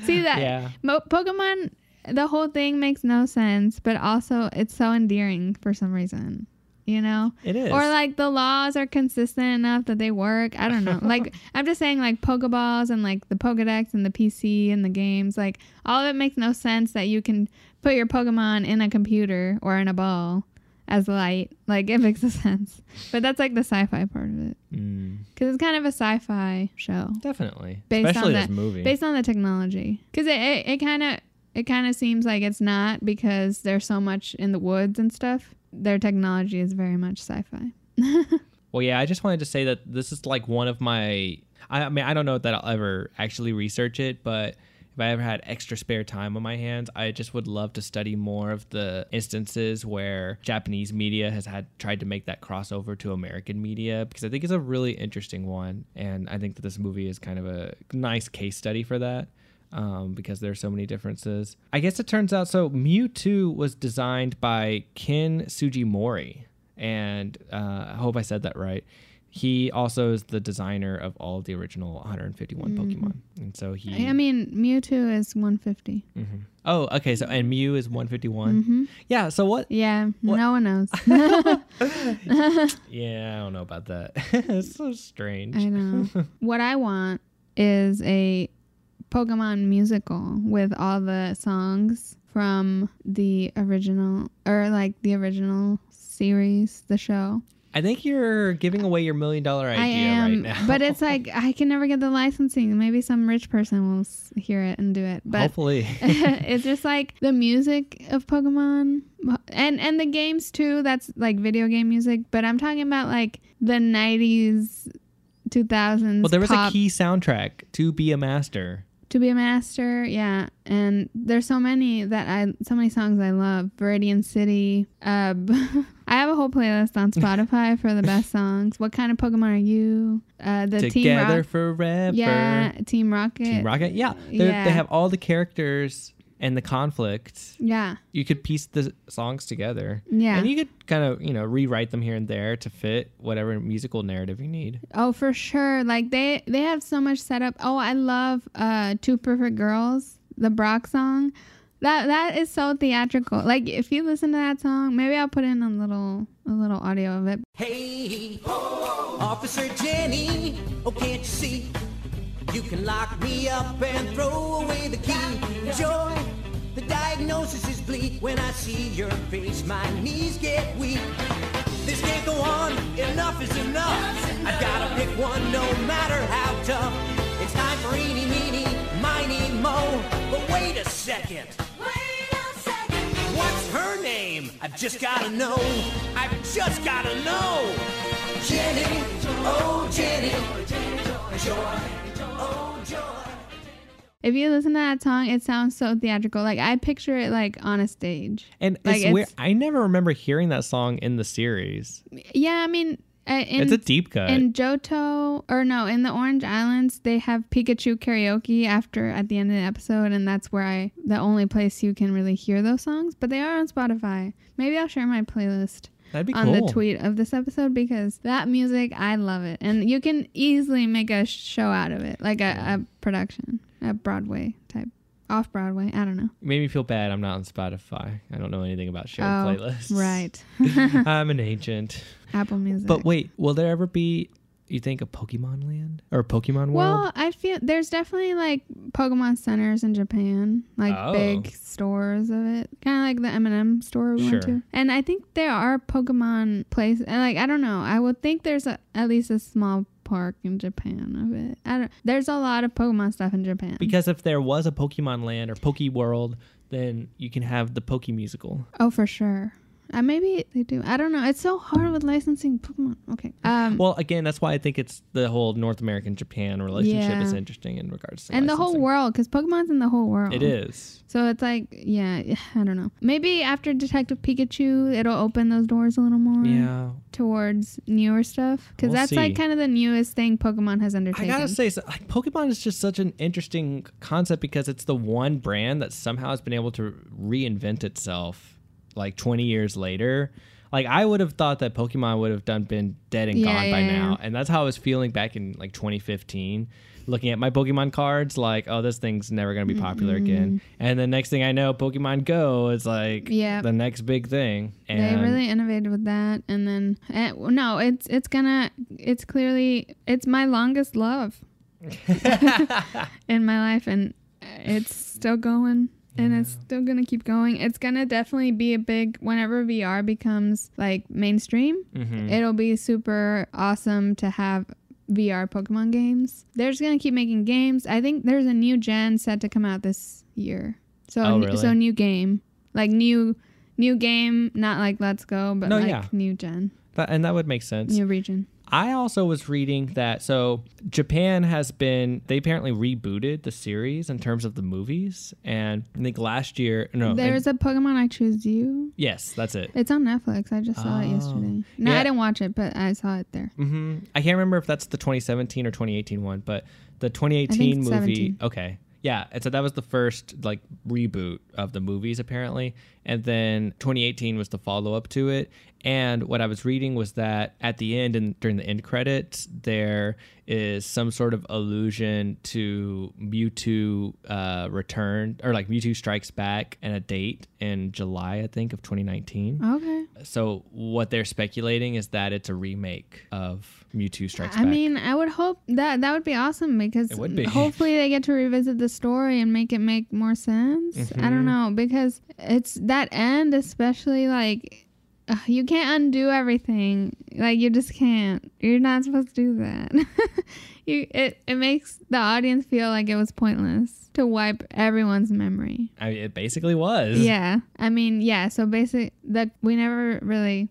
[SPEAKER 3] See that?
[SPEAKER 2] Yeah.
[SPEAKER 3] Mo- Pokemon. The whole thing makes no sense, but also it's so endearing for some reason. You know,
[SPEAKER 2] It is.
[SPEAKER 3] or like the laws are consistent enough that they work. I don't know. Like I'm just saying, like Pokeballs and like the Pokedex and the PC and the games, like all of it makes no sense that you can put your Pokemon in a computer or in a ball as light. Like it [LAUGHS] makes no sense. But that's like the sci-fi part of it,
[SPEAKER 2] Mm,
[SPEAKER 3] because it's kind of a sci-fi show
[SPEAKER 2] definitely.
[SPEAKER 3] Based
[SPEAKER 2] Especially
[SPEAKER 3] on
[SPEAKER 2] this
[SPEAKER 3] that-
[SPEAKER 2] movie.
[SPEAKER 3] based on the technology because it it- it kind of it kind of seems like it's not because there's so much in the woods and stuff their technology is very much sci-fi
[SPEAKER 2] Well, yeah, I just wanted to say that this is like one of my. I, I mean, I don't know that I'll ever actually research it, but if I ever had extra spare time on my hands, I just would love to study more of the instances where Japanese media has had tried to make that crossover to American media because I think it's a really interesting one, and I think that this movie is kind of a nice case study for that um, because there's so many differences. I guess it turns out so Mewtwo was designed by Ken Sugimori, and uh, I hope I said that right. He also is the designer of all the original 151 Pokemon, and so he.
[SPEAKER 3] Mm-hmm. i mean mewtwo is 150
[SPEAKER 2] oh, okay. So and Mew is 151. Yeah. So what?
[SPEAKER 3] Mm-hmm. yeah no one knows
[SPEAKER 2] Yeah, I don't know about that. [LAUGHS] it's so strange.
[SPEAKER 3] i know what i want is a pokemon musical with all the songs from the original or like the original series the show
[SPEAKER 2] I think you're giving away your million dollar idea
[SPEAKER 3] I am,
[SPEAKER 2] right now.
[SPEAKER 3] but
[SPEAKER 2] [LAUGHS]
[SPEAKER 3] it's like I can never get the licensing. Maybe some rich person will s- hear it and do it. But
[SPEAKER 2] hopefully.
[SPEAKER 3] [LAUGHS] it's just like the music of Pokemon and and the games too. That's like video game music. But I'm talking about like the '90s,
[SPEAKER 2] [LAUGHS]
[SPEAKER 3] 2000s.
[SPEAKER 2] Well, there was
[SPEAKER 3] pop
[SPEAKER 2] a key soundtrack to be a master.
[SPEAKER 3] to be a master. Yeah, and there's so many that I so many songs I love. Viridian City. Uh, [LAUGHS] I have a whole playlist
[SPEAKER 2] [LAUGHS]
[SPEAKER 3] on Spotify for the best songs. What kind of Pokemon are you? Uh, the Team
[SPEAKER 2] Together
[SPEAKER 3] Rock.
[SPEAKER 2] forever.
[SPEAKER 3] Yeah, Team Rocket.
[SPEAKER 2] Team Rocket. Yeah. They're-
[SPEAKER 3] Yeah.
[SPEAKER 2] They have all the characters and the conflict.
[SPEAKER 3] Yeah,
[SPEAKER 2] You could piece the songs together.
[SPEAKER 3] Yeah.
[SPEAKER 2] And you could kind of, you know, rewrite them here and there to fit whatever musical narrative you need.
[SPEAKER 3] Oh, for sure. Like they they have so much setup. Oh, I love uh Two Perfect Girls, the Brock song. That that is so theatrical. Like if you listen to that song, maybe I'll put in a little a little audio of it.
[SPEAKER 5] Hey, Officer Jenny, oh can't you see? You can lock me up and throw away the key. Joy, the diagnosis is bleak. When I see your face, my knees get weak. This can't go on. Enough is enough. I gotta pick one, no matter how tough. It's time for eeny, meeny, miny, mo. But wait a second. What's her name? I've just gotta know. I've just gotta know. Jenny, oh Jenny, joy, oh joy.
[SPEAKER 3] If you listen to that song, it sounds so theatrical. Like I picture it like on a stage.
[SPEAKER 2] And
[SPEAKER 3] Like,
[SPEAKER 2] it's
[SPEAKER 3] it's-
[SPEAKER 2] weird. I never remember hearing that song in the series.
[SPEAKER 3] Yeah, I mean, uh, in,
[SPEAKER 2] it's a deep cut.
[SPEAKER 3] in Johto or no, in the Orange Islands, they have Pikachu karaoke after at the end of the episode, and that's where I the only place you can really hear those songs. But they are on Spotify. Maybe I'll share my playlist
[SPEAKER 2] That'd be
[SPEAKER 3] on
[SPEAKER 2] cool.
[SPEAKER 3] the tweet of this episode because that music I love it, and you can easily make a show out of it, like a, a production, a Broadway type, off Broadway. I don't know.
[SPEAKER 2] Made me feel bad. I'm not on Spotify. I don't know anything about shared playlists.
[SPEAKER 3] Oh, right,
[SPEAKER 2] [LAUGHS]
[SPEAKER 3] [LAUGHS]
[SPEAKER 2] I'm an agent.
[SPEAKER 3] Apple Music.
[SPEAKER 2] But wait, will there ever be? You think a Pokemon Land or a Pokemon World?
[SPEAKER 3] Well, I feel there's definitely like Pokemon centers in Japan, like
[SPEAKER 2] Oh.
[SPEAKER 3] big stores of it, kind of like the M and M store we went
[SPEAKER 2] Sure.
[SPEAKER 3] to. And I think there are Pokemon places, and like I don't know, I would think there's a, at least a small park in Japan of it. I don't. There's a lot of Pokemon stuff in Japan.
[SPEAKER 2] because if there was a Pokemon Land or Poke World, then you can have the Poke Musical.
[SPEAKER 3] oh, for sure. Uh, maybe they do. I don't know. It's so hard with licensing Pokemon. Okay. Um,
[SPEAKER 2] Well, again, that's why I think it's the whole North American Japan relationship
[SPEAKER 3] Yeah.
[SPEAKER 2] is interesting in regards to
[SPEAKER 3] and the whole
[SPEAKER 2] licensing.
[SPEAKER 3] world, because Pokemon's in the whole world.
[SPEAKER 2] It is.
[SPEAKER 3] So it's like, yeah, [SIGHS] I don't know. Maybe after Detective Pikachu, it'll open those doors a little more
[SPEAKER 2] Yeah.
[SPEAKER 3] towards newer stuff. Because
[SPEAKER 2] We'll
[SPEAKER 3] that's like
[SPEAKER 2] see.
[SPEAKER 3] kind of the newest thing Pokemon has
[SPEAKER 2] I
[SPEAKER 3] undertaken.
[SPEAKER 2] gotta say, so- like, Pokemon is just such an interesting concept because it's the one brand that somehow has been able to reinvent itself like 20 years later. Like I would have thought that Pokemon would have done been dead and
[SPEAKER 3] Yeah,
[SPEAKER 2] gone by
[SPEAKER 3] yeah,
[SPEAKER 2] now,
[SPEAKER 3] yeah.
[SPEAKER 2] and that's how I was feeling back in like 2015, looking at my Pokemon cards, like, oh, this thing's never gonna be popular again. And the next thing I know, Pokemon Go is like
[SPEAKER 3] Yeah.
[SPEAKER 2] the next big thing.
[SPEAKER 3] They
[SPEAKER 2] And
[SPEAKER 3] really innovated with that, and then eh, well, no, it's it's gonna it's clearly it's my longest
[SPEAKER 2] [LAUGHS]
[SPEAKER 3] love in my life, and it's still going, and it's still gonna keep going. It's gonna definitely be a big whenever VR becomes like mainstream.
[SPEAKER 2] Mm-hmm.
[SPEAKER 3] It'll be super awesome to have. VR Pokemon games. They're just gonna keep making games. I think there's a new gen set to come out this year. So
[SPEAKER 2] Oh,
[SPEAKER 3] n-
[SPEAKER 2] really?
[SPEAKER 3] so new game, like new new game, not like let's go, but
[SPEAKER 2] No,
[SPEAKER 3] like
[SPEAKER 2] yeah.
[SPEAKER 3] new gen,
[SPEAKER 2] that, and that would make sense.
[SPEAKER 3] new region.
[SPEAKER 2] I also was reading that so Japan has been they apparently rebooted the series in terms of the movies and I think last year no Oh, and-
[SPEAKER 3] There's a Pokemon I Choose You.
[SPEAKER 2] yes that's it
[SPEAKER 3] It's on Netflix. I just saw it
[SPEAKER 2] Oh.
[SPEAKER 3] yesterday. No,
[SPEAKER 2] Yeah.
[SPEAKER 3] I didn't watch it, but I saw it there.
[SPEAKER 2] hmm I can't remember if that's the 2017 or 2018 one but the 2018
[SPEAKER 3] it's
[SPEAKER 2] movie
[SPEAKER 3] 17.
[SPEAKER 2] okay yeah and so that was the first like reboot of the movies apparently and then 2018 was the follow up to it and what I was reading was that at the end and during the end credits there is some sort of allusion to Mewtwo uh, return or like Mewtwo Strikes Back and a date in July, I think, of 2019.
[SPEAKER 3] Okay.
[SPEAKER 2] So what they're speculating is that it's a remake of Mewtwo Strikes
[SPEAKER 3] I
[SPEAKER 2] Back.
[SPEAKER 3] mean, I would hope that that would be awesome because
[SPEAKER 2] It would be.
[SPEAKER 3] hopefully they get to revisit the story and make it make more sense. I
[SPEAKER 2] Mm-hmm.
[SPEAKER 3] don't know because it's that end especially like ugh, you can't undo everything. Like you just can't. You're not supposed to do that. [LAUGHS] you it it makes the audience feel like it was pointless to wipe everyone's memory.
[SPEAKER 2] I mean, it basically was.
[SPEAKER 3] Yeah. I mean, yeah, so basically that we never really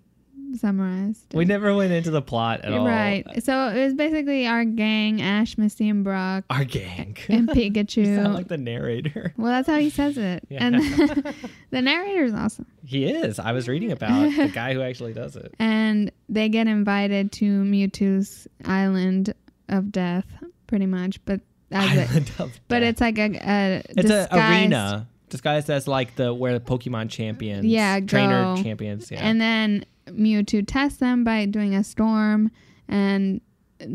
[SPEAKER 3] summarized.
[SPEAKER 2] We never went into the plot at all. Uh,
[SPEAKER 3] Right. So it was basically our gang, Ash, Misty, and Brock,
[SPEAKER 2] Our gang.
[SPEAKER 3] [LAUGHS] and
[SPEAKER 2] [LAUGHS] You
[SPEAKER 3] Pikachu.
[SPEAKER 2] sound like the narrator. [LAUGHS]
[SPEAKER 3] well, that's how he says it. And [LAUGHS] the narrator's awesome.
[SPEAKER 2] He is. I was reading about
[SPEAKER 3] [LAUGHS]
[SPEAKER 2] the guy who actually does it.
[SPEAKER 3] And they get invited to Mewtwo's Island of Death, pretty much. But that's it.
[SPEAKER 2] Island of
[SPEAKER 3] But
[SPEAKER 2] Death.
[SPEAKER 3] it's like a, a
[SPEAKER 2] it's an
[SPEAKER 3] disguised-
[SPEAKER 2] arena disguised as like the where the Pokemon champions,
[SPEAKER 3] Yeah,
[SPEAKER 2] trainer
[SPEAKER 3] go.
[SPEAKER 2] champions, yeah.
[SPEAKER 3] And then Mewtwo tests them by doing a storm, and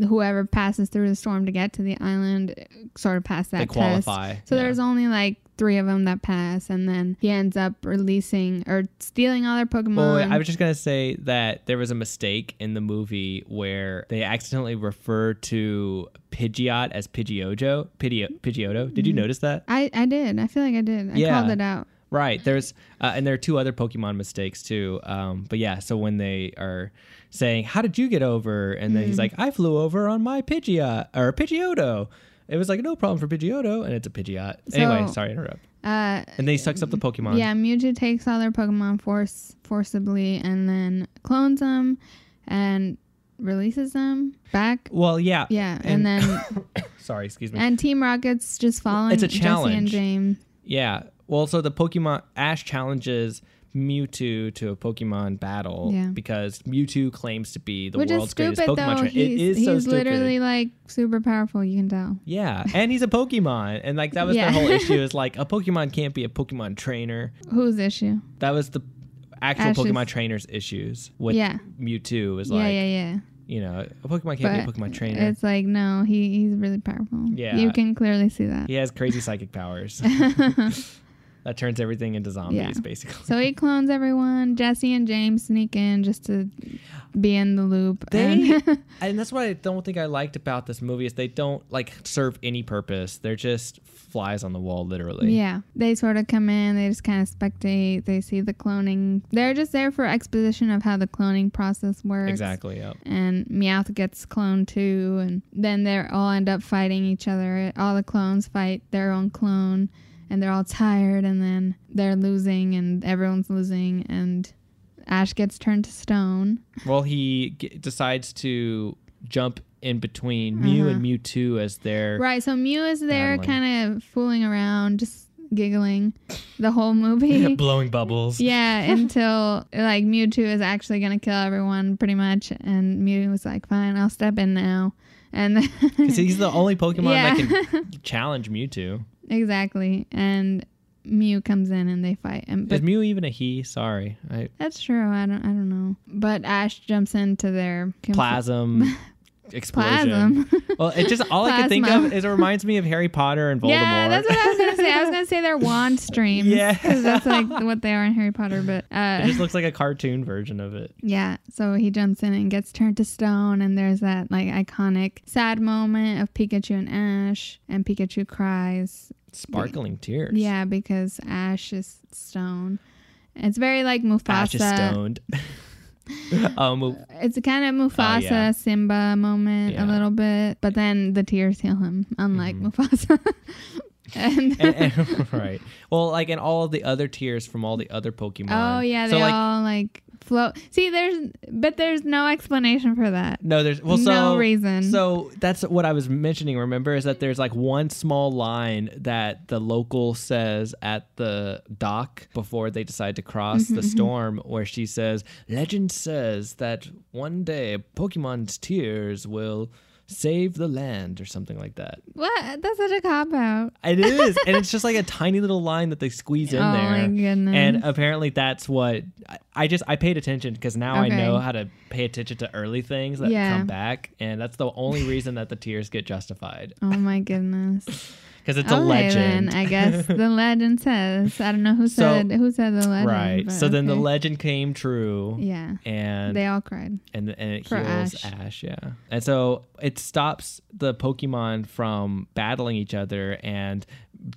[SPEAKER 3] whoever passes through the storm to get to the island eh, sort of pass that
[SPEAKER 2] They qualify,
[SPEAKER 3] test. So
[SPEAKER 2] yeah.
[SPEAKER 3] there's only like three of them that pass, and then he ends up releasing or stealing all their Pokemon.
[SPEAKER 2] Well, wait, Oh, I was just gonna say that there was a mistake in the movie where they accidentally refer to Pidgeot as Pidgeojo. Pidgeo- Pidgeotto. Did you
[SPEAKER 3] Mm-hmm.
[SPEAKER 2] notice that?
[SPEAKER 3] I, I did. I feel like I did. I
[SPEAKER 2] Yeah.
[SPEAKER 3] called it out.
[SPEAKER 2] Right. There's uh, and there are two other Pokemon mistakes too. Um, but yeah, so when they are saying, "How did you get over?" and then he's like,
[SPEAKER 3] Mm-hmm.
[SPEAKER 2] "I flew over on my Pidgeot or Pidgeotto." It was like no problem for Pidgeotto, and it's a Pidgeot. anyway,
[SPEAKER 3] So-
[SPEAKER 2] sorry to interrupt.
[SPEAKER 3] Uh,
[SPEAKER 2] And then he sucks up the Pokemon.
[SPEAKER 3] yeah, Mewtwo takes all their Pokemon force forcibly, and then clones them, and releases them back.
[SPEAKER 2] Well, yeah.
[SPEAKER 3] Yeah,
[SPEAKER 2] [LAUGHS]
[SPEAKER 3] and, then
[SPEAKER 2] sorry, excuse me.
[SPEAKER 3] and Team Rocket's just following.
[SPEAKER 2] It's a
[SPEAKER 3] Jesse and
[SPEAKER 2] challenge.
[SPEAKER 3] James.
[SPEAKER 2] Yeah. Well, so the Pokemon Ash challenges Mewtwo to a Pokemon battle
[SPEAKER 3] Yeah.
[SPEAKER 2] because Mewtwo claims to be the
[SPEAKER 3] Which is
[SPEAKER 2] world's
[SPEAKER 3] stupid
[SPEAKER 2] greatest
[SPEAKER 3] though.
[SPEAKER 2] Pokemon trainer.
[SPEAKER 3] He's,
[SPEAKER 2] It is
[SPEAKER 3] he's
[SPEAKER 2] so stupid.
[SPEAKER 3] literally like super powerful. You can tell.
[SPEAKER 2] yeah, and he's a Pokemon, and like that was
[SPEAKER 3] Yeah.
[SPEAKER 2] the whole
[SPEAKER 3] [LAUGHS]
[SPEAKER 2] issue is like a Pokemon can't be a Pokemon trainer.
[SPEAKER 3] Whose issue?
[SPEAKER 2] That was the actual
[SPEAKER 3] Ash's-
[SPEAKER 2] Pokemon trainers issues with
[SPEAKER 3] Yeah.
[SPEAKER 2] Mewtwo is
[SPEAKER 3] yeah,
[SPEAKER 2] like
[SPEAKER 3] yeah, yeah.
[SPEAKER 2] you know a Pokemon can't
[SPEAKER 3] But
[SPEAKER 2] be a Pokemon trainer.
[SPEAKER 3] It's like no, he he's really powerful.
[SPEAKER 2] Yeah.
[SPEAKER 3] you can clearly see that.
[SPEAKER 2] He has crazy psychic
[SPEAKER 3] [LAUGHS]
[SPEAKER 2] powers. [LAUGHS] that turns everything into zombies, basically.
[SPEAKER 3] So he clones everyone. Jesse and James sneak in just to be in the loop.
[SPEAKER 2] They [LAUGHS]
[SPEAKER 3] and- [LAUGHS]
[SPEAKER 2] and that's what I don't think I liked about this movie is they don't like serve any purpose. They're just flies on the wall, literally.
[SPEAKER 3] Yeah, they sort of come in. They just kind of spectate. They see the cloning. They're just there for exposition of how the cloning process works.
[SPEAKER 2] Exactly. Yep.
[SPEAKER 3] and Meowth gets cloned too, and then they all end up fighting each other. All the clones fight their own clone, and they're all tired, and then they're losing, and everyone's losing, and Ash gets turned to stone.
[SPEAKER 2] Well, he g- decides to jump in between Mew
[SPEAKER 3] Uh-huh.
[SPEAKER 2] and Mew Two as their
[SPEAKER 3] Right, so Mew is there
[SPEAKER 2] Battling.
[SPEAKER 3] kind of fooling around, just giggling the whole [LAUGHS]
[SPEAKER 2] [LAUGHS]
[SPEAKER 3] movie.
[SPEAKER 2] blowing bubbles.
[SPEAKER 3] yeah, until like Mewtwo is actually gonna kill everyone pretty much, and Mew was like, "Fine, I'll step in now." And then,
[SPEAKER 2] Because he's the only Pokemon
[SPEAKER 3] Yeah. [LAUGHS]
[SPEAKER 2] that can challenge Mewtwo.
[SPEAKER 3] exactly, and Mew comes in and they fight. And
[SPEAKER 2] Is
[SPEAKER 3] but
[SPEAKER 2] Mew even a he? Sorry. I,
[SPEAKER 3] that's true. I don't. I don't know. But Ash jumps into their conf- [LAUGHS]
[SPEAKER 2] plasm explosion.
[SPEAKER 3] Plasm. [LAUGHS]
[SPEAKER 2] Well, it just all I could think
[SPEAKER 3] Plasma.
[SPEAKER 2] of is it reminds me of Harry Potter and Voldemort.
[SPEAKER 3] Yeah, that's what I was gonna say. I was gonna say they're wand streams.
[SPEAKER 2] Yeah.
[SPEAKER 3] because that's like what they are in Harry Potter. But uh,
[SPEAKER 2] it just looks like a cartoon version of it.
[SPEAKER 3] Yeah, so he jumps in and gets turned to stone, and there's that like iconic sad moment of Pikachu and Ash, and Pikachu cries.
[SPEAKER 2] Sparkling tears.
[SPEAKER 3] Yeah, because Ash is stone. It's very like Mufasa.
[SPEAKER 2] Ash is
[SPEAKER 3] [LAUGHS]
[SPEAKER 2] stoned. um, well,
[SPEAKER 3] It's a kind of Mufasa
[SPEAKER 2] Oh, yeah.
[SPEAKER 3] Simba moment
[SPEAKER 2] Yeah. Mm-hmm.
[SPEAKER 3] a little bit, but then the tears heal him, unlike Mufasa. [LAUGHS] and,
[SPEAKER 2] and- and- [LAUGHS] right. Well, like in all the other tears from all the other Pokemon.
[SPEAKER 3] [LAUGHS] oh yeah, they
[SPEAKER 2] So like
[SPEAKER 3] all like float. See, there's but there's no explanation for that.
[SPEAKER 2] No, there's well, so
[SPEAKER 3] No reason.
[SPEAKER 2] So that's what I was mentioning. Remember, is that there's like one small line that the local says at the dock before they decide to cross
[SPEAKER 3] Mm-hmm,
[SPEAKER 2] the storm, where she says, "Legend says that one day Pokemon's tears will." Save the land, or something like that.
[SPEAKER 3] What? That's such a cop out.
[SPEAKER 2] It is, and it's just like a tiny little line that they squeeze in
[SPEAKER 3] Oh
[SPEAKER 2] there.
[SPEAKER 3] my goodness.
[SPEAKER 2] And apparently, that's what I, I just I paid attention because now
[SPEAKER 3] Okay.
[SPEAKER 2] I know how to pay attention to early things that
[SPEAKER 3] Yeah.
[SPEAKER 2] come back, and that's the only reason that the tears get justified
[SPEAKER 3] Oh my goodness.
[SPEAKER 2] because [LAUGHS] it's a
[SPEAKER 3] Okay,
[SPEAKER 2] legend.
[SPEAKER 3] Then, I
[SPEAKER 2] [LAUGHS]
[SPEAKER 3] guess the legend says. I don't know who
[SPEAKER 2] So-
[SPEAKER 3] said who said the legend.
[SPEAKER 2] right.
[SPEAKER 3] but
[SPEAKER 2] So then the
[SPEAKER 3] okay.
[SPEAKER 2] legend came true.
[SPEAKER 3] Yeah.
[SPEAKER 2] And
[SPEAKER 3] They all cried.
[SPEAKER 2] and and it
[SPEAKER 3] For
[SPEAKER 2] heals
[SPEAKER 3] Ash.
[SPEAKER 2] Ash. yeah. And so it stops the Pokemon from battling each other, and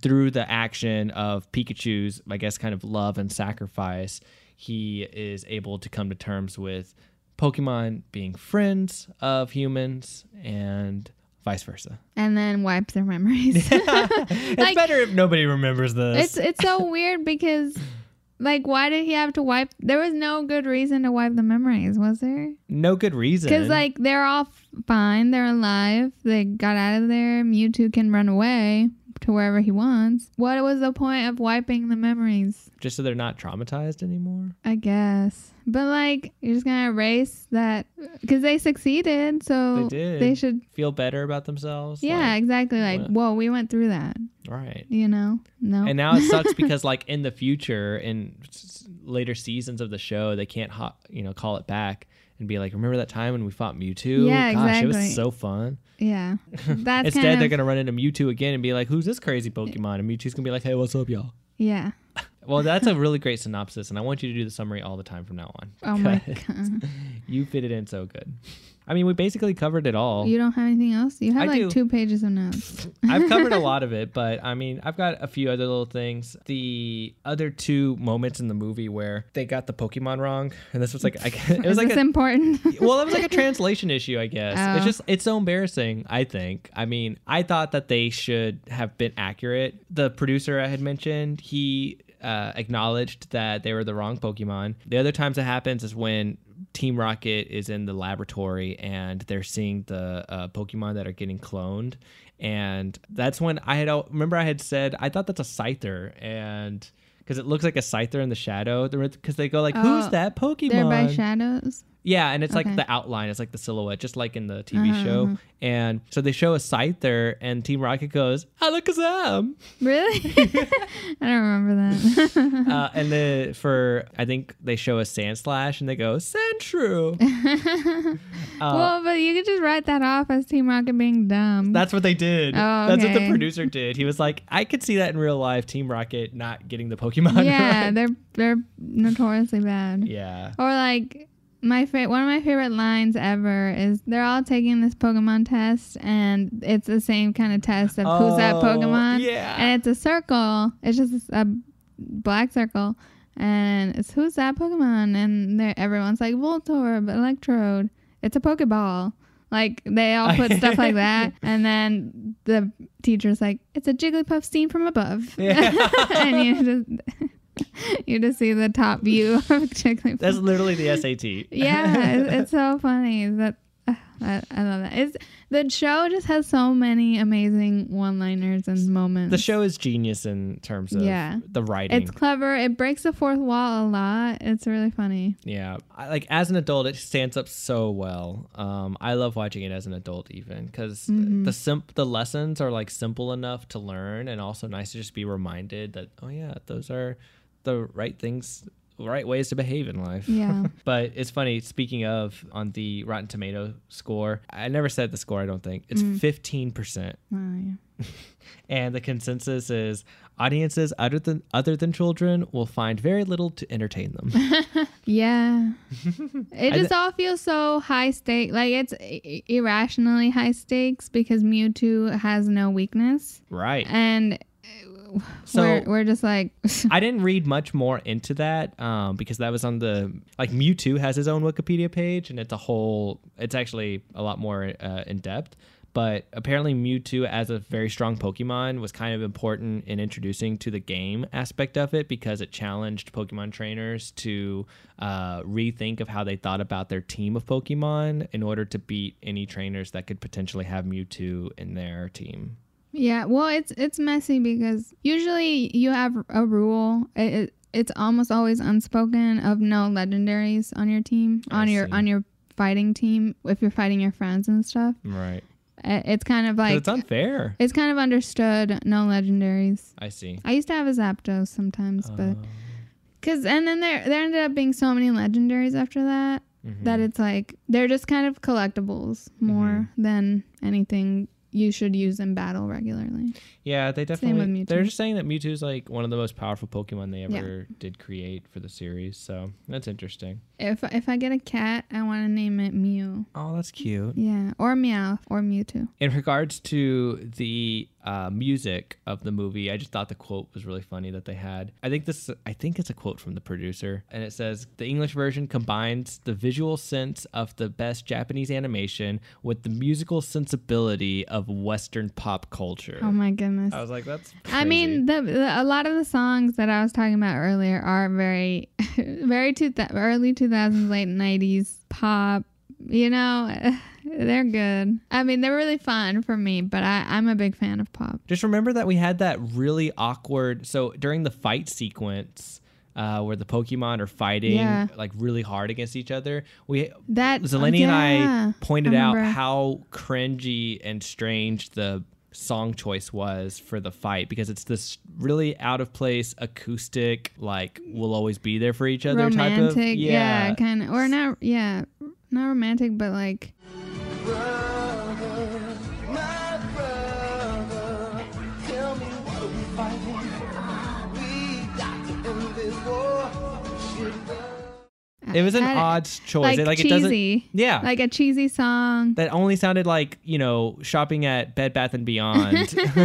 [SPEAKER 2] through the action of Pikachu's, I guess, kind of love and sacrifice, he is able to come to terms with Pokemon being friends of humans and vice versa. [LAUGHS]
[SPEAKER 3] And then wipes their memories. [LAUGHS]
[SPEAKER 2] It's
[SPEAKER 3] Like-
[SPEAKER 2] better if nobody remembers this.
[SPEAKER 3] it's it's so weird because like why did he have to wipe there was no good reason to wipe the memories, was there?
[SPEAKER 2] no good reason.
[SPEAKER 3] Because like they're all f- fine, they're alive, they got out of there, Mewtwo can run away to wherever he wants. What was the point of wiping the memories?
[SPEAKER 2] just so they're not traumatized anymore.
[SPEAKER 3] I guess. But like, you're just gonna erase that because they succeeded, so
[SPEAKER 2] They did.
[SPEAKER 3] should.
[SPEAKER 2] Feel better about themselves.
[SPEAKER 3] yeah,
[SPEAKER 2] Like,
[SPEAKER 3] exactly. Like,
[SPEAKER 2] what?
[SPEAKER 3] whoa, we went through that.
[SPEAKER 2] right.
[SPEAKER 3] You know, [LAUGHS] no.
[SPEAKER 2] And now it sucks because like in the future, in s- later seasons of the show, they can't ho- you know call it back and be like, remember that time when we fought Mewtwo?
[SPEAKER 3] Yeah,
[SPEAKER 2] Gosh, it
[SPEAKER 3] exactly.
[SPEAKER 2] was so fun. [LAUGHS]
[SPEAKER 3] yeah, that's
[SPEAKER 2] Instead,
[SPEAKER 3] kind
[SPEAKER 2] they're
[SPEAKER 3] of-
[SPEAKER 2] gonna run into Mewtwo again and be like, who's this crazy Pokemon? And Mewtwo's gonna be like, hey, what's up, y'all?
[SPEAKER 3] Yeah.
[SPEAKER 2] Well, that's a really great synopsis, and I want you to do the summary all the time from now on. [LAUGHS]
[SPEAKER 3] Oh my
[SPEAKER 2] 'Cause
[SPEAKER 3] god.
[SPEAKER 2] you fit it in so good. I mean, we basically covered it all.
[SPEAKER 3] You don't have anything else? You have
[SPEAKER 2] Oh. I
[SPEAKER 3] like
[SPEAKER 2] do.
[SPEAKER 3] two pages of notes.
[SPEAKER 2] [LAUGHS] I've covered a lot of it, but I mean, I've got a few other little things. The other two moments in the movie where they got the Pokemon wrong, and this was like, I, [LAUGHS] it was
[SPEAKER 3] Is
[SPEAKER 2] like
[SPEAKER 3] this
[SPEAKER 2] a,
[SPEAKER 3] important?
[SPEAKER 2] [LAUGHS] well, it was like a translation issue, I guess. It's
[SPEAKER 3] Oh.
[SPEAKER 2] just it's so embarrassing. I think. I mean, I thought that they should have been accurate. The producer I had mentioned, he uh, acknowledged that they were the wrong Pokemon. The other times it happens is when. Team Rocket is in the laboratory and they're seeing the uh, Pokemon that are getting cloned, and that's when I had al- remember I had said I thought that's a Scyther and because it looks like a Scyther in the shadow because they go like who's
[SPEAKER 3] Oh,
[SPEAKER 2] that Pokemon?
[SPEAKER 3] [LAUGHS] They're by shadows.
[SPEAKER 2] Yeah, and it's
[SPEAKER 3] Okay. Uh-huh,
[SPEAKER 2] like the outline, it's like the silhouette, just like in the TV show. And so they show a scyther, and Team Rocket goes
[SPEAKER 3] [LAUGHS]
[SPEAKER 2] Alakazam, [LAUGHS]
[SPEAKER 3] Really? I don't remember that.
[SPEAKER 2] uh, and the for I think they show a Sandslash, and they go Sandshrew.
[SPEAKER 3] [LAUGHS]
[SPEAKER 2] Uh,
[SPEAKER 3] well, but you could just write that off as Team Rocket being dumb.
[SPEAKER 2] That's what they did.
[SPEAKER 3] Oh,
[SPEAKER 2] That's what
[SPEAKER 3] okay.
[SPEAKER 2] the producer did. He was like, I could see that in real life, Team Rocket not getting the Pokemon. [LAUGHS]
[SPEAKER 3] yeah,
[SPEAKER 2] right.
[SPEAKER 3] they're they're notoriously bad.
[SPEAKER 2] yeah.
[SPEAKER 3] Or like my fa- one of my favorite lines ever is they're all taking this Pokemon test and it's the same kind of test of who's that
[SPEAKER 2] Oh,
[SPEAKER 3] Pokemon.
[SPEAKER 2] yeah.
[SPEAKER 3] And it's a circle. It's just a black circle. And it's who's that Pokemon? And they're- everyone's like Voltorb, Electrode. It's a Pokeball. Like they all
[SPEAKER 2] [LAUGHS]
[SPEAKER 3] put stuff like that. And then [LAUGHS] the teacher's like, it's a Jigglypuff seen from above. and you just, you just [LAUGHS] see the top
[SPEAKER 2] [LAUGHS]
[SPEAKER 3] view of
[SPEAKER 2] [LAUGHS]
[SPEAKER 3] Jigglypuff.
[SPEAKER 2] That's literally the SAT.
[SPEAKER 3] yeah,
[SPEAKER 2] [LAUGHS]
[SPEAKER 3] it's, it's so funny that uh, I, I love that. It's the show just has so many amazing one-liners and moments.
[SPEAKER 2] The show is genius in terms of
[SPEAKER 3] Yeah.
[SPEAKER 2] the writing.
[SPEAKER 3] it's clever. It breaks the fourth wall a lot. It's really funny.
[SPEAKER 2] Yeah, I, like as an adult, it stands up so well. Um, I love watching it as an adult, even because
[SPEAKER 3] Mm-hmm.
[SPEAKER 2] the simp the lessons are like simple enough to learn, and also nice to just be reminded that oh yeah, those are the right things, right ways to behave in life. [LAUGHS]
[SPEAKER 3] Yeah.
[SPEAKER 2] but it's funny. Speaking of on the Rotten Tomato score, I never said the score. I don't think it's
[SPEAKER 3] Mm.
[SPEAKER 2] fifteen percent
[SPEAKER 3] Oh, yeah.
[SPEAKER 2] and the consensus is audiences other than other than children will find very little to entertain
[SPEAKER 3] [LAUGHS]
[SPEAKER 2] them. [LAUGHS]
[SPEAKER 3] Yeah. It just all feels so high stake. Like it's i- irrationally high stakes because Mewtwo has no weakness.
[SPEAKER 2] right.
[SPEAKER 3] And
[SPEAKER 2] So
[SPEAKER 3] we're, we're just like, [LAUGHS]
[SPEAKER 2] I didn't read much more into that um, because that was on the like Mewtwo has his own Wikipedia page and it's a whole. It's actually a lot more uh, in depth. But apparently, Mewtwo as a very strong Pokemon was kind of important in introducing to the game aspect of it because it challenged Pokemon trainers to uh, rethink of how they thought about their team of Pokemon in order to beat any trainers that could potentially have Mewtwo in their team.
[SPEAKER 3] yeah, well, it's it's messy because usually you have a rule. It, it, it's almost always unspoken of no legendaries on your team, on your
[SPEAKER 2] see.
[SPEAKER 3] on your fighting team if you're fighting your friends and stuff.
[SPEAKER 2] Right.
[SPEAKER 3] Uh, It's kind of like
[SPEAKER 2] it's unfair.
[SPEAKER 3] it's kind of understood no legendaries.
[SPEAKER 2] I see.
[SPEAKER 3] I used to have a Zapdos sometimes,
[SPEAKER 2] Um.
[SPEAKER 3] but because and then there there ended up being so many legendaries after that
[SPEAKER 2] Mm-hmm.
[SPEAKER 3] that it's like they're just kind of collectibles more than anything you should use in battle regularly.
[SPEAKER 2] Yeah, they
[SPEAKER 3] Same
[SPEAKER 2] definitely.
[SPEAKER 3] with Mewtwo.
[SPEAKER 2] They're just saying that Mewtwo's like one of the most powerful Pokemon they
[SPEAKER 3] Yeah.
[SPEAKER 2] ever did create for the series. So that's interesting.
[SPEAKER 3] If if I get a cat, I want to name it Mew.
[SPEAKER 2] Oh, that's cute.
[SPEAKER 3] Yeah, or Meowth or Mewtwo.
[SPEAKER 2] In regards to the uh, music of the movie, I just thought the quote was really funny that they had. I think this, I think it's a quote from the producer, and it says the English version combines the visual sense of the best Japanese animation with the musical sensibility of Western pop culture.
[SPEAKER 3] Oh my goodness.
[SPEAKER 2] I was like, that's. Crazy.
[SPEAKER 3] I mean, the, the a lot of the songs that I was talking about earlier are very, [LAUGHS] very two thou- early two thousands, late nineties pop. You know, [LAUGHS] they're good. I mean, they're really fun for me, but I, I'm a big fan of pop.
[SPEAKER 2] Just remember that we had that really awkward. So during the fight sequence, uh, where the Pokemon are fighting
[SPEAKER 3] Yeah.
[SPEAKER 2] like really hard against each other, we
[SPEAKER 3] That
[SPEAKER 2] Zeleny
[SPEAKER 3] yeah,
[SPEAKER 2] and I pointed out
[SPEAKER 3] remember.
[SPEAKER 2] how cringy and strange the song choice was for the fight because it's this really out of place acoustic like we'll always be there for each other type of
[SPEAKER 3] romantic, yeah, kind of, or not, yeah, not romantic, but like
[SPEAKER 5] My brother, tell me what are we fighting? We got to end this war.
[SPEAKER 2] it was an
[SPEAKER 3] I-
[SPEAKER 2] odd choice
[SPEAKER 3] like,
[SPEAKER 2] It- like it doesn't
[SPEAKER 3] cheesy,
[SPEAKER 2] yeah
[SPEAKER 3] like a cheesy song.
[SPEAKER 2] that only sounded like you know shopping at Bed Bath and
[SPEAKER 3] [LAUGHS]
[SPEAKER 2] Beyond [LAUGHS]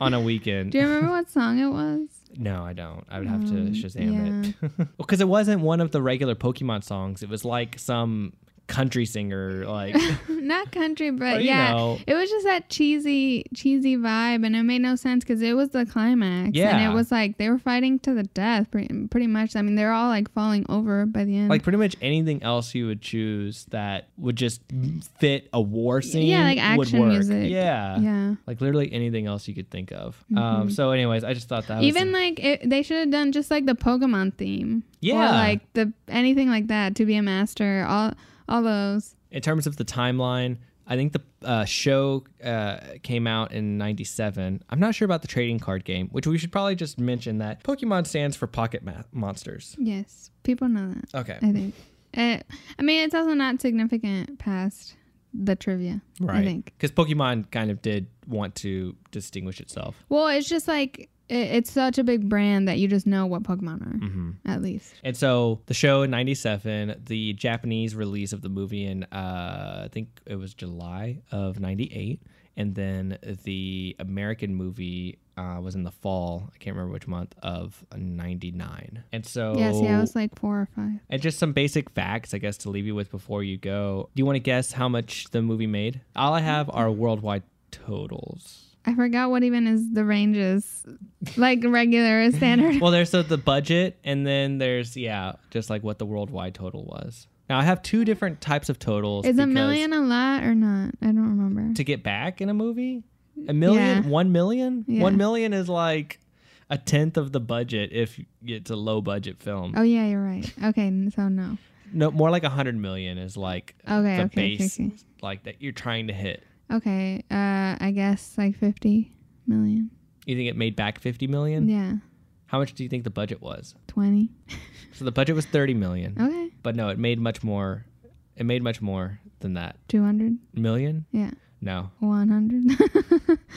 [SPEAKER 2] on a weekend.
[SPEAKER 3] Do you remember what song it was? [LAUGHS]
[SPEAKER 2] No, I don't. I would have to Shazam
[SPEAKER 3] yeah.
[SPEAKER 2] [LAUGHS] it because it wasn't one of the regular Pokemon songs. It was like some country singer. Like
[SPEAKER 3] [LAUGHS] not country, but
[SPEAKER 2] But, you
[SPEAKER 3] yeah,
[SPEAKER 2] know.
[SPEAKER 3] it was just that cheesy, cheesy vibe, and it made no sense because it was the climax, and
[SPEAKER 2] Yeah.
[SPEAKER 3] it was like they were fighting to the death, pretty, pretty much. I mean, they're all like falling over by the end.
[SPEAKER 2] like pretty much anything else you would choose that would just fit a war scene.
[SPEAKER 3] yeah, like
[SPEAKER 2] would
[SPEAKER 3] action
[SPEAKER 2] work.
[SPEAKER 3] music.
[SPEAKER 2] Yeah.
[SPEAKER 3] yeah. Mm-hmm.
[SPEAKER 2] Like literally anything else you could think of. Um, so, anyways, I just thought that
[SPEAKER 3] Even
[SPEAKER 2] was
[SPEAKER 3] like it, they should have done just like the Pokemon theme, or
[SPEAKER 2] Yeah.
[SPEAKER 3] like the anything like that. To be a master, all all those.
[SPEAKER 2] in terms of the timeline i think the uh, show uh, came out in 97 i'm not sure about the trading card game which we should probably just mention that pokemon stands for pocket ma- monsters
[SPEAKER 3] Yes, people know that.
[SPEAKER 2] okay
[SPEAKER 3] I think. It, I mean, it's also not significant past the trivia. I
[SPEAKER 2] right
[SPEAKER 3] think.
[SPEAKER 2] because pokemon kind of did want to distinguish itself
[SPEAKER 3] Well, it's just like it, it's such a big brand that you just know what Pokemon are,
[SPEAKER 2] Mm-hmm.
[SPEAKER 3] at least.
[SPEAKER 2] and so the show in 97 the japanese release of the movie in uh, i think it was july of 98 and then the american movie uh, was in the fall i can't remember which month of 99 and so
[SPEAKER 3] Yeah, see, I was like four or five.
[SPEAKER 2] And just some basic facts, I guess, to leave you with before you go. Do you want to guess how much the movie made? All I have are worldwide totals.
[SPEAKER 3] I forgot what even is the ranges, like regular or
[SPEAKER 2] [LAUGHS]
[SPEAKER 3] standard.
[SPEAKER 2] Well, there's uh, the budget, and then there's yeah, just like what the worldwide total was. Now I have two different types of totals.
[SPEAKER 3] is a
[SPEAKER 2] because
[SPEAKER 3] million a lot or not? I don't remember.
[SPEAKER 2] to get back in a movie? A million,
[SPEAKER 3] Yeah.
[SPEAKER 2] one million,
[SPEAKER 3] Yeah.
[SPEAKER 2] one million is like a tenth of the budget if it's a low budget film.
[SPEAKER 3] Oh yeah, you're right. Okay, n- so no.
[SPEAKER 2] No, more like a hundred million is like
[SPEAKER 3] Okay,
[SPEAKER 2] the
[SPEAKER 3] okay, okay,
[SPEAKER 2] base,
[SPEAKER 3] okay.
[SPEAKER 2] like that you're trying to hit.
[SPEAKER 3] Okay, uh, I guess like fifty million.
[SPEAKER 2] You think it made back fifty million?
[SPEAKER 3] Yeah,
[SPEAKER 2] How much do you think the budget was?
[SPEAKER 3] twenty.
[SPEAKER 2] So the budget was thirty million,
[SPEAKER 3] Okay,
[SPEAKER 2] but no, it made much more. It made much more than that
[SPEAKER 3] two hundred.
[SPEAKER 2] million.
[SPEAKER 3] Yeah,
[SPEAKER 2] No,
[SPEAKER 3] one hundred.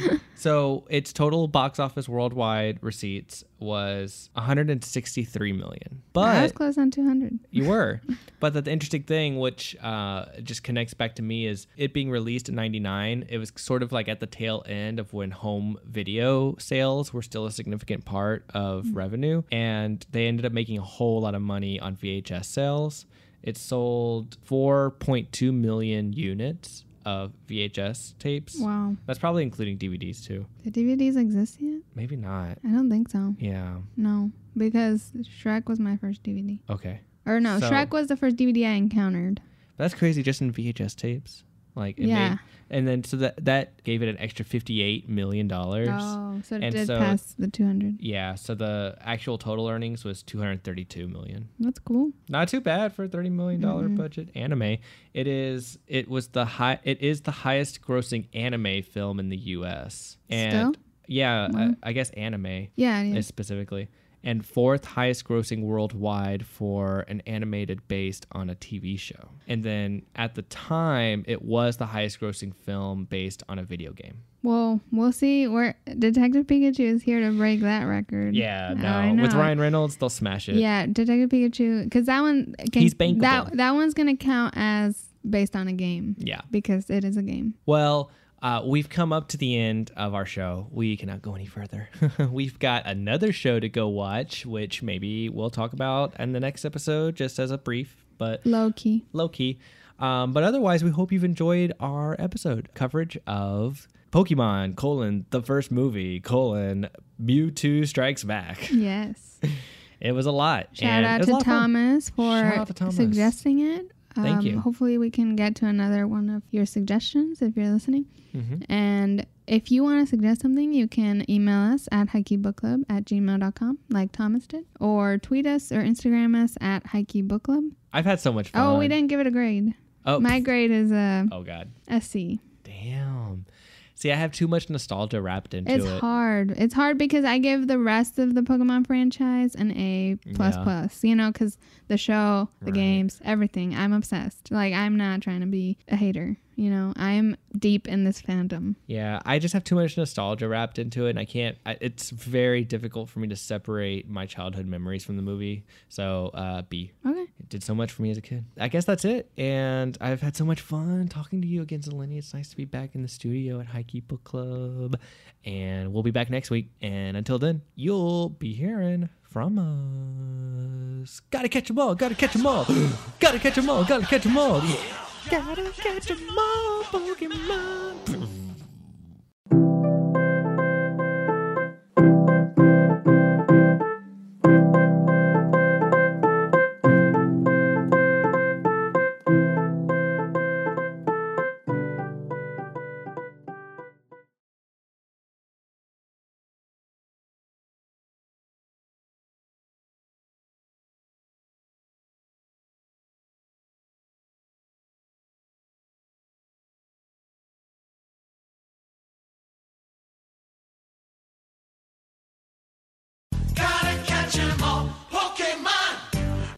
[SPEAKER 3] [LAUGHS]
[SPEAKER 2] so its total box office worldwide receipts was 163 million.
[SPEAKER 3] I was
[SPEAKER 2] But
[SPEAKER 3] close on two hundred.
[SPEAKER 2] You
[SPEAKER 3] [LAUGHS]
[SPEAKER 2] were. But the, the interesting thing, which uh, just connects back to me, is it being released in 99, it was sort of like at the tail end of when home video sales were still a significant part of
[SPEAKER 3] Mm-hmm.
[SPEAKER 2] revenue. And they ended up making a whole lot of money on VHS sales. It sold 4.2 million units of VHS tapes.
[SPEAKER 3] Wow,
[SPEAKER 2] That's probably including DVDs too.
[SPEAKER 3] the DVDs exist yet?
[SPEAKER 2] Maybe not.
[SPEAKER 3] I don't think so.
[SPEAKER 2] Yeah.
[SPEAKER 3] No, because Shrek was my first DVD.
[SPEAKER 2] Okay.
[SPEAKER 3] Or no,
[SPEAKER 2] So-
[SPEAKER 3] Shrek was the first DVD I encountered.
[SPEAKER 2] That's crazy, just in VHS tapes. Like, it
[SPEAKER 3] Yeah.
[SPEAKER 2] made, and then so that that gave it an extra fifty-eight million dollars.
[SPEAKER 3] Oh, so it
[SPEAKER 2] and
[SPEAKER 3] did
[SPEAKER 2] so-
[SPEAKER 3] pass the two hundred.
[SPEAKER 2] Yeah, so the actual total earnings was two hundred thirty-two million.
[SPEAKER 3] That's cool.
[SPEAKER 2] Not too bad for a thirty million dollar
[SPEAKER 3] Mm-hmm.
[SPEAKER 2] budget anime. It is. It was the high. It is the highest-grossing anime film in the U.S. And
[SPEAKER 3] Still?
[SPEAKER 2] yeah, I, I guess anime
[SPEAKER 3] Yeah, yeah.
[SPEAKER 2] is specifically, and fourth highest grossing worldwide for an animated based on a TV show. And then at the time, it was the highest grossing film based on a video game.
[SPEAKER 3] Well, we'll see. Where Detective Pikachu is here to break that record. Mm-hmm. I
[SPEAKER 2] with
[SPEAKER 3] know.
[SPEAKER 2] Ryan Reynolds, they'll smash it.
[SPEAKER 3] Yeah, Detective Pikachu, because that one can,
[SPEAKER 2] He's bankable.
[SPEAKER 3] That that one's gonna count as based on a game.
[SPEAKER 2] Yeah.
[SPEAKER 3] because it is a game.
[SPEAKER 2] Well, uh, we've come up to the end of our show. We cannot go any further. [LAUGHS] we've got another show to go watch, which maybe we'll talk about in the next episode, just as a brief. But
[SPEAKER 3] Low key.
[SPEAKER 2] low key. Um, but otherwise, we hope you've enjoyed our episode coverage of Pokemon colon the first movie colon Mewtwo Strikes Back.
[SPEAKER 3] Yes.
[SPEAKER 2] It was a lot.
[SPEAKER 3] Shout
[SPEAKER 2] and it
[SPEAKER 3] out
[SPEAKER 2] was a
[SPEAKER 3] to
[SPEAKER 2] lot of fun.
[SPEAKER 3] Thomas for
[SPEAKER 2] Shout out to Thomas.
[SPEAKER 3] suggesting it. Um,
[SPEAKER 2] Thank you.
[SPEAKER 3] Hopefully, we can get to another one of your suggestions if you're listening.
[SPEAKER 2] Mm-hmm.
[SPEAKER 3] And if you want to suggest something, you can email us at hikeybookclub at gmail.com, like Thomas did, or tweet us or Instagram us at hikeybookclub.
[SPEAKER 2] I've had so much fun.
[SPEAKER 3] Oh, we didn't give it a grade.
[SPEAKER 2] Oh,
[SPEAKER 3] My
[SPEAKER 2] pff.
[SPEAKER 3] grade is a,
[SPEAKER 2] [LAUGHS] Oh God,
[SPEAKER 3] a C.
[SPEAKER 2] damn. See, I have too much nostalgia wrapped into
[SPEAKER 3] It's
[SPEAKER 2] it.
[SPEAKER 3] hard. It's hard because I give the rest of the Pokemon franchise an A plus
[SPEAKER 2] Yeah.
[SPEAKER 3] plus. You know, because the show, the games, everything. I'm obsessed. Like I'm not trying to be a hater. You know, I'm deep in this fandom.
[SPEAKER 2] Yeah, I just have too much nostalgia wrapped into it, and I can't. I, it's very difficult for me to separate my childhood memories from the movie. So, uh, B.
[SPEAKER 3] Okay.
[SPEAKER 2] It did so much for me as a kid. I guess that's it. And I've had so much fun talking to you again, Zeleny. It's nice to be back in the studio at High Key Book Club. And we'll be back next week. And until then, you'll be hearing from us. Gotta catch 'em all. Gotta catch 'em all. [GASPS] gotta catch 'em all. Gotta catch 'em all. Yeah. Gotta catch 'em all, Pokemon.